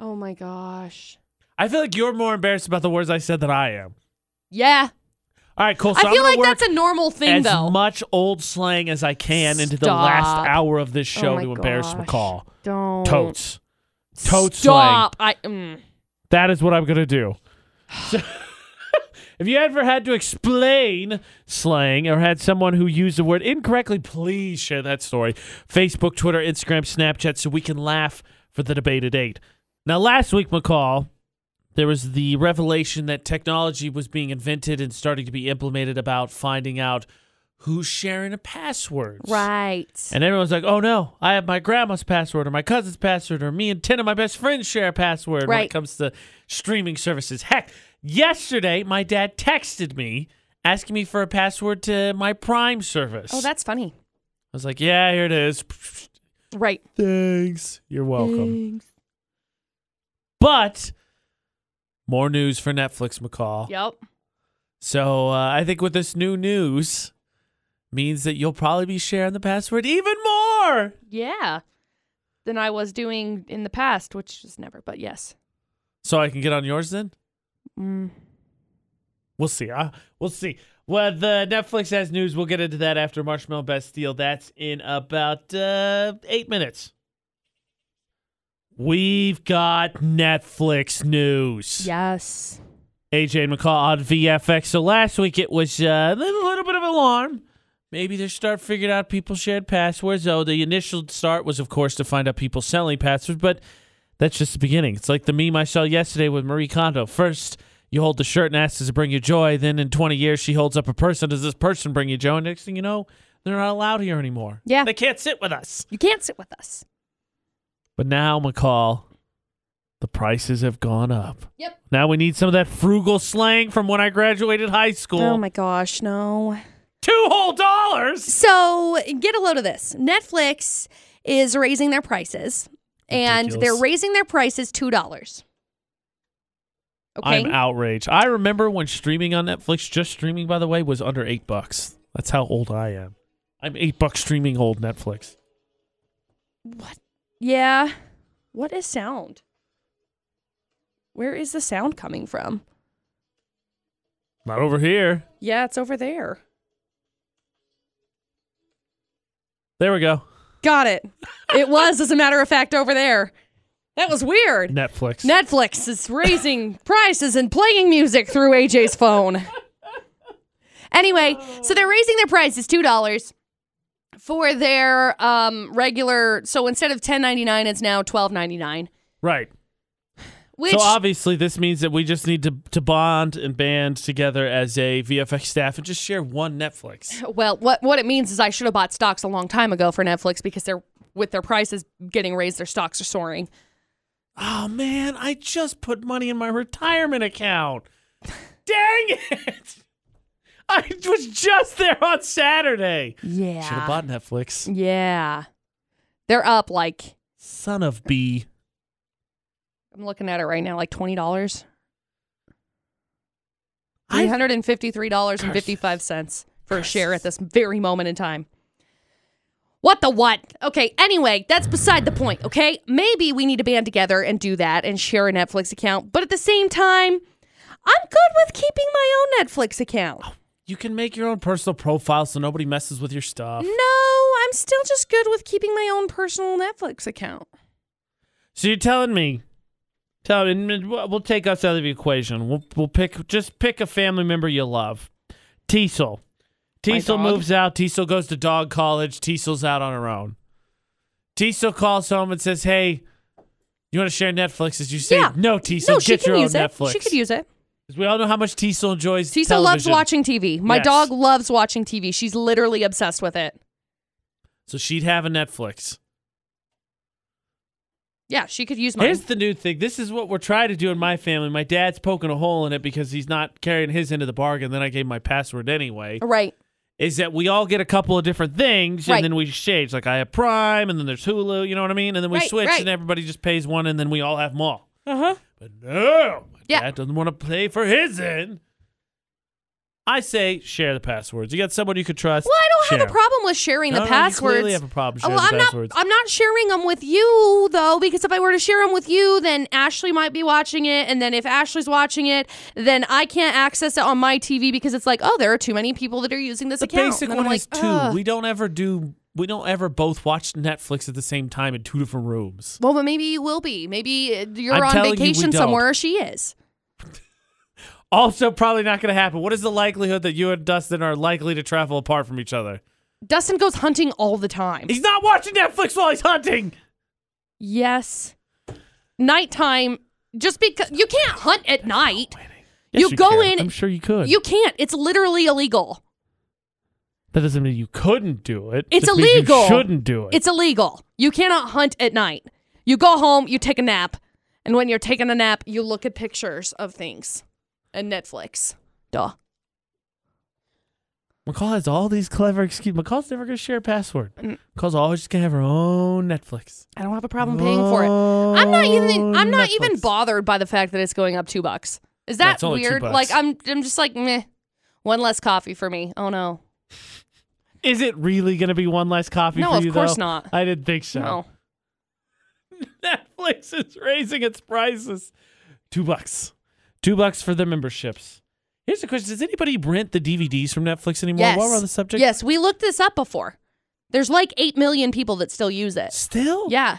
Speaker 2: Oh my gosh.
Speaker 1: I feel like you're more embarrassed about the words I said than I am.
Speaker 2: Yeah.
Speaker 1: All right, cool. So
Speaker 2: I feel
Speaker 1: am
Speaker 2: like that's a normal
Speaker 1: as
Speaker 2: thing though.
Speaker 1: much old slang as I can into the last
Speaker 2: Stop.
Speaker 1: hour of this
Speaker 2: Oh
Speaker 1: show
Speaker 2: my
Speaker 1: to embarrass
Speaker 2: gosh. Mm.
Speaker 1: McCall.
Speaker 2: Don't
Speaker 1: Totes. Totes slang.
Speaker 2: Stop. I mm.
Speaker 1: That is what I'm gonna do. So- [LAUGHS] if you ever had to explain slang or had someone who used the word incorrectly, please share that story. Facebook, Twitter, Instagram, Snapchat, so we can laugh for the debated eight. Now, last week, McCall, there was the revelation that technology was being invented and starting to be implemented about finding out who's sharing a password.
Speaker 2: Right.
Speaker 1: And everyone's like, oh no, I have my grandma's password or my cousin's password or me and 10 of my best friends share a password when it
Speaker 2: Right.
Speaker 1: comes to streaming services. Heck, yesterday my dad texted me asking me for a password to my Prime service.
Speaker 2: Oh, that's funny.
Speaker 1: I was like, yeah, here it is.
Speaker 2: Right.
Speaker 1: Thanks. You're welcome. But more news for Netflix, McCall.
Speaker 2: Yep.
Speaker 1: So uh, I think with this new news means that you'll probably be sharing the password even more.
Speaker 2: Yeah. Than I was doing in the past, which is never, but yes.
Speaker 1: So I can get on yours then?
Speaker 2: Mm.
Speaker 1: We'll see. Uh, we'll see. Well, the Netflix has news. We'll get into that after Marshmallow Best Deal. That's in about uh, eight minutes. We've got Netflix news.
Speaker 2: Yes.
Speaker 1: AJ and McCall on VFX. So last week it was uh, a little little bit of alarm. Maybe they start figuring out people shared passwords. Oh, the initial start was, of course, to find out people selling passwords, but that's just the beginning. It's like the meme I saw yesterday with Marie Kondo. First, you hold the shirt and ask, does it bring you joy? Then in 20 years, she holds up a person. Does this person bring you joy? And next thing you know, they're not allowed here anymore.
Speaker 2: Yeah.
Speaker 1: They can't sit with us.
Speaker 2: You can't sit with us.
Speaker 1: But now, McCall, the prices have gone up.
Speaker 2: Yep.
Speaker 1: Now we need some of that frugal slang from when I graduated high school.
Speaker 2: Oh my gosh, no.
Speaker 1: Two whole dollars.
Speaker 2: So get a load of this. Netflix is raising their prices, and
Speaker 1: Ridiculous.
Speaker 2: they're raising their prices two dollars. Okay.
Speaker 1: I'm outraged. I remember when streaming on Netflix, just streaming by the way, was under eight bucks. That's how old I am. I'm eight bucks streaming old Netflix.
Speaker 2: Yeah. What is sound? Where is the sound coming from?
Speaker 1: Not over here.
Speaker 2: Yeah, it's over there.
Speaker 1: There we go.
Speaker 2: Got it. It was, as a matter of fact, over there. That was weird.
Speaker 1: Netflix.
Speaker 2: Netflix is raising [LAUGHS] prices and playing music through AJ's phone. Anyway, so they're raising their prices two dollars for their um, regular. So instead of ten ninety nine, it's now twelve ninety nine.
Speaker 1: right.
Speaker 2: Which
Speaker 1: so obviously this means that we just need to to bond and band together as a VFX staff and just share one Netflix.
Speaker 2: well, what what it means is I should have bought stocks a long time ago for Netflix because they're with their prices getting raised, their stocks are soaring.
Speaker 1: Oh man, I just put money in my retirement account. Dang it! I was just there on Saturday.
Speaker 2: Yeah,
Speaker 1: Should have bought Netflix.
Speaker 2: yeah, they're up like
Speaker 1: Son of B.
Speaker 2: I'm looking at it right now, like twenty dollars.
Speaker 1: I-
Speaker 2: Three hundred and fifty-three dollars and fifty-five cents for a share at this very moment in time. What the what? Okay. Anyway, that's beside the point. Okay, maybe we need to band together and do that and share a Netflix account. But at the same time, I'm good with keeping my own Netflix account.
Speaker 1: You can make your own personal profile so nobody messes with your stuff.
Speaker 2: No, I'm still just good with keeping my own personal Netflix account.
Speaker 1: So you're telling me, tell me, we'll we'll take us out of the equation. We'll we'll pick just pick a family member you love. Teasel.
Speaker 2: My
Speaker 1: Teasel
Speaker 2: dog.
Speaker 1: moves out. Teasel goes to dog college. Teasel's out on her own. Teasel calls home and says, "Hey, you want to share Netflix?" As you say,
Speaker 2: Yeah.
Speaker 1: "No, Teasel,
Speaker 2: no, she
Speaker 1: get
Speaker 2: can
Speaker 1: your own
Speaker 2: use it.
Speaker 1: Netflix."
Speaker 2: She could use it.
Speaker 1: 'Cause we all know how much Teasel enjoys.
Speaker 2: Cecil loves
Speaker 1: television.
Speaker 2: watching TV. My
Speaker 1: Yes.
Speaker 2: dog loves watching TV. She's literally obsessed with it.
Speaker 1: so she'd have a Netflix.
Speaker 2: Yeah, she could use mine.
Speaker 1: Here's the new thing. This is what we're trying to do in my family. My dad's poking a hole in it because he's not carrying his end of the bargain. Then I gave my password anyway.
Speaker 2: right.
Speaker 1: Is that we all get a couple of different things
Speaker 2: Right.
Speaker 1: and then we change. Like I have Prime and then there's Hulu. You know what I mean? And then we
Speaker 2: Right,
Speaker 1: switch
Speaker 2: right.
Speaker 1: and everybody just pays one and then we all have them all.
Speaker 2: Uh huh.
Speaker 1: But no, my
Speaker 2: Yeah.
Speaker 1: dad doesn't want to pay for his end. I say share the passwords. You got someone you could trust.
Speaker 2: Well, I don't
Speaker 1: share
Speaker 2: have
Speaker 1: 'em.
Speaker 2: a problem with sharing
Speaker 1: No,
Speaker 2: the
Speaker 1: no, you
Speaker 2: passwords.
Speaker 1: clearly have a problem
Speaker 2: Oh,
Speaker 1: sharing the
Speaker 2: I'm not.
Speaker 1: passwords.
Speaker 2: I'm not sharing them with you though, because if I were to share them with you, then Ashley might be watching it, and then if Ashley's watching it, then I can't access it on my TV because it's like, oh, there are too many people that are using this
Speaker 1: The
Speaker 2: account.
Speaker 1: basic
Speaker 2: And then
Speaker 1: one
Speaker 2: I'm
Speaker 1: is
Speaker 2: like,
Speaker 1: two.
Speaker 2: ugh.
Speaker 1: We don't ever do. We don't ever both watch Netflix at the same time in two different rooms.
Speaker 2: well, but maybe you will be. Maybe uh, you're
Speaker 1: I'm
Speaker 2: on
Speaker 1: telling you, we
Speaker 2: vacation
Speaker 1: don't.
Speaker 2: somewhere, or she is.
Speaker 1: Also, probably not going to happen. What is the likelihood that you and Dustin are likely to travel apart from each other?
Speaker 2: Dustin goes hunting all the time.
Speaker 1: He's not watching Netflix while he's hunting.
Speaker 2: Yes. Nighttime, just because you can't hunt at night.
Speaker 1: Yes,
Speaker 2: You go
Speaker 1: can.
Speaker 2: in-
Speaker 1: I'm sure you could.
Speaker 2: You can't. It's literally illegal.
Speaker 1: that doesn't mean you couldn't do it.
Speaker 2: It's
Speaker 1: Just means
Speaker 2: illegal.
Speaker 1: You shouldn't do it.
Speaker 2: It's illegal. You cannot hunt at night. You go home, you take a nap, and when you're taking a nap, you look at pictures of things and Netflix. Duh.
Speaker 1: McCall has all these clever excuses. McCall's never going to share a password. McCall's always just going to have her own Netflix.
Speaker 2: I don't have a problem paying for it. I'm not even I'm not even
Speaker 1: Oh, Netflix.
Speaker 2: bothered by the fact that it's going up 2 bucks. Is that
Speaker 1: That's only two
Speaker 2: weird?
Speaker 1: bucks.
Speaker 2: Like I'm I'm just like meh. One less coffee for me. Oh no.
Speaker 1: Is it really going to be one less copy
Speaker 2: No,
Speaker 1: for
Speaker 2: of
Speaker 1: you,
Speaker 2: course
Speaker 1: though?
Speaker 2: not.
Speaker 1: I didn't think so.
Speaker 2: No.
Speaker 1: [LAUGHS] Netflix is raising its prices. Two bucks. Two bucks for the memberships. Here's the question Does anybody rent the DVDs from Netflix anymore
Speaker 2: Yes.
Speaker 1: while we're on the subject?
Speaker 2: Yes, we looked this up before. There's like 8 million people that still use it.
Speaker 1: Still?
Speaker 2: Yeah.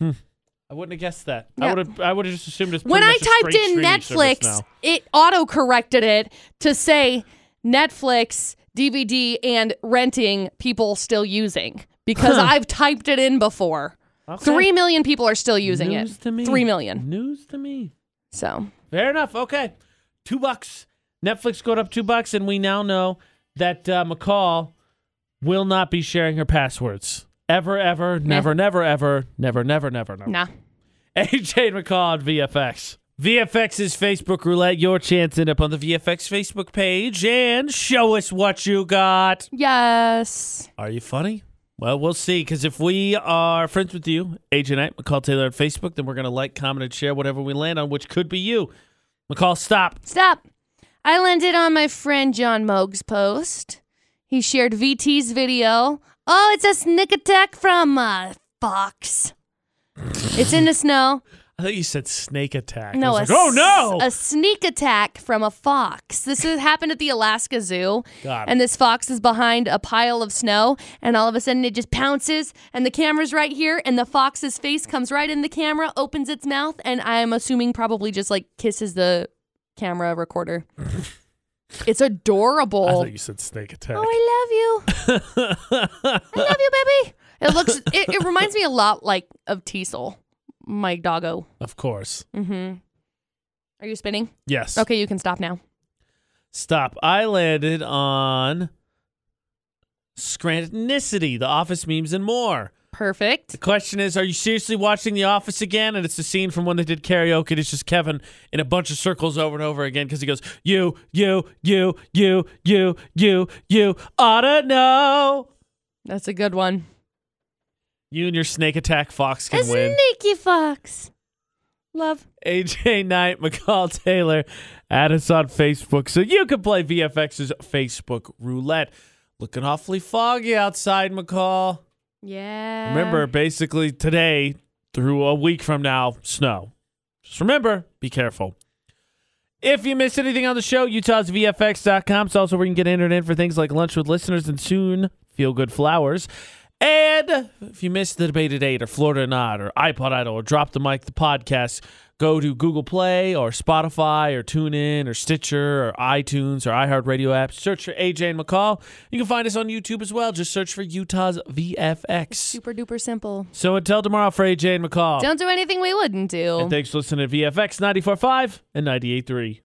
Speaker 1: I wouldn't have guessed that. I
Speaker 2: Yeah.
Speaker 1: would have. I would have just assumed it's
Speaker 2: when
Speaker 1: pretty
Speaker 2: I
Speaker 1: much a
Speaker 2: typed
Speaker 1: straight
Speaker 2: in
Speaker 1: streaming service
Speaker 2: Netflix,
Speaker 1: now.
Speaker 2: it auto corrected it to say Netflix, DVD, and renting people still using because
Speaker 1: Huh.
Speaker 2: I've typed it in before.
Speaker 1: Okay.
Speaker 2: Three million people are still using
Speaker 1: News
Speaker 2: it.
Speaker 1: To me.
Speaker 2: Three million.
Speaker 1: News to me.
Speaker 2: So
Speaker 1: Fair enough. Okay. Two bucks. Netflix going up two bucks, and we now know that uh, McCall will not be sharing her passwords. Ever, ever, never, never, ever, never, never, never, never.
Speaker 2: nah.
Speaker 1: AJ and McCall on VFX. VFX's Facebook roulette, your chance end up on the VFX Facebook page and show us what you got.
Speaker 2: Yes.
Speaker 1: Are you funny? Well, we'll see. Because if we are friends with you, AJ Knight, McCall Taylor on Facebook, then we're going to like, comment, and share whatever we land on, which could be you. McCall, stop.
Speaker 2: Stop. I landed on my friend John Moog's post. He shared VT's video. Oh, it's a sneak attack from a fox. it's in the snow.
Speaker 1: I thought you said snake attack.
Speaker 2: No,
Speaker 1: I
Speaker 2: a
Speaker 1: was like, oh no!
Speaker 2: s- A sneak attack from a fox. This has happened at the Alaska Zoo,
Speaker 1: Got it.
Speaker 2: and this fox is behind a pile of snow, and all of a sudden it just pounces, and the camera's right here, and the fox's face comes right in the camera, opens its mouth, and I am assuming probably just like kisses the
Speaker 1: [LAUGHS]
Speaker 2: camera recorder. it's
Speaker 1: I
Speaker 2: adorable.
Speaker 1: thought you said snake attack.
Speaker 2: Oh, I love you.
Speaker 1: [LAUGHS]
Speaker 2: I love you, baby. It looks. It, it reminds me a lot like of Teasel, my doggo.
Speaker 1: of course.
Speaker 2: Mm-hmm. Are you spinning?
Speaker 1: Yes.
Speaker 2: Okay, you can stop now.
Speaker 1: Stop. I landed on Scrantonicity, The Office memes, and more.
Speaker 2: Perfect.
Speaker 1: The question is, are you seriously watching The Office again? And it's the scene from when they did karaoke. and It's just Kevin in a bunch of circles over and over again because he goes, you, you, you, you, you, you, you oughta know.
Speaker 2: That's a good one.
Speaker 1: You and your snake attack fox can
Speaker 2: It's
Speaker 1: win.
Speaker 2: Nikki Fox. Love.
Speaker 1: AJ Knight, McCall Taylor, add us on Facebook so you can play VFX's Facebook roulette. Looking awfully foggy outside, McCall.
Speaker 2: Yeah.
Speaker 1: Remember, basically today through a week from now, snow. Just remember, be careful. If you missed anything on the show, Utah's VFX.com. It's also where you can get entered in for things like lunch with listeners and soon feel good flowers. And if you missed the debate at eight or Florida or not or iPod Idol or Drop the Mic, the podcast, go to Google Play or Spotify or TuneIn or Stitcher or iTunes or iHeartRadio app. Search for AJ and McCall. You can find us on YouTube as well. Just search for Utah's VFX.
Speaker 2: Super duper simple.
Speaker 1: So until tomorrow for AJ and McCall.
Speaker 2: Don't do anything we wouldn't do.
Speaker 1: And thanks for listening to VFX 94.5 and 98.3.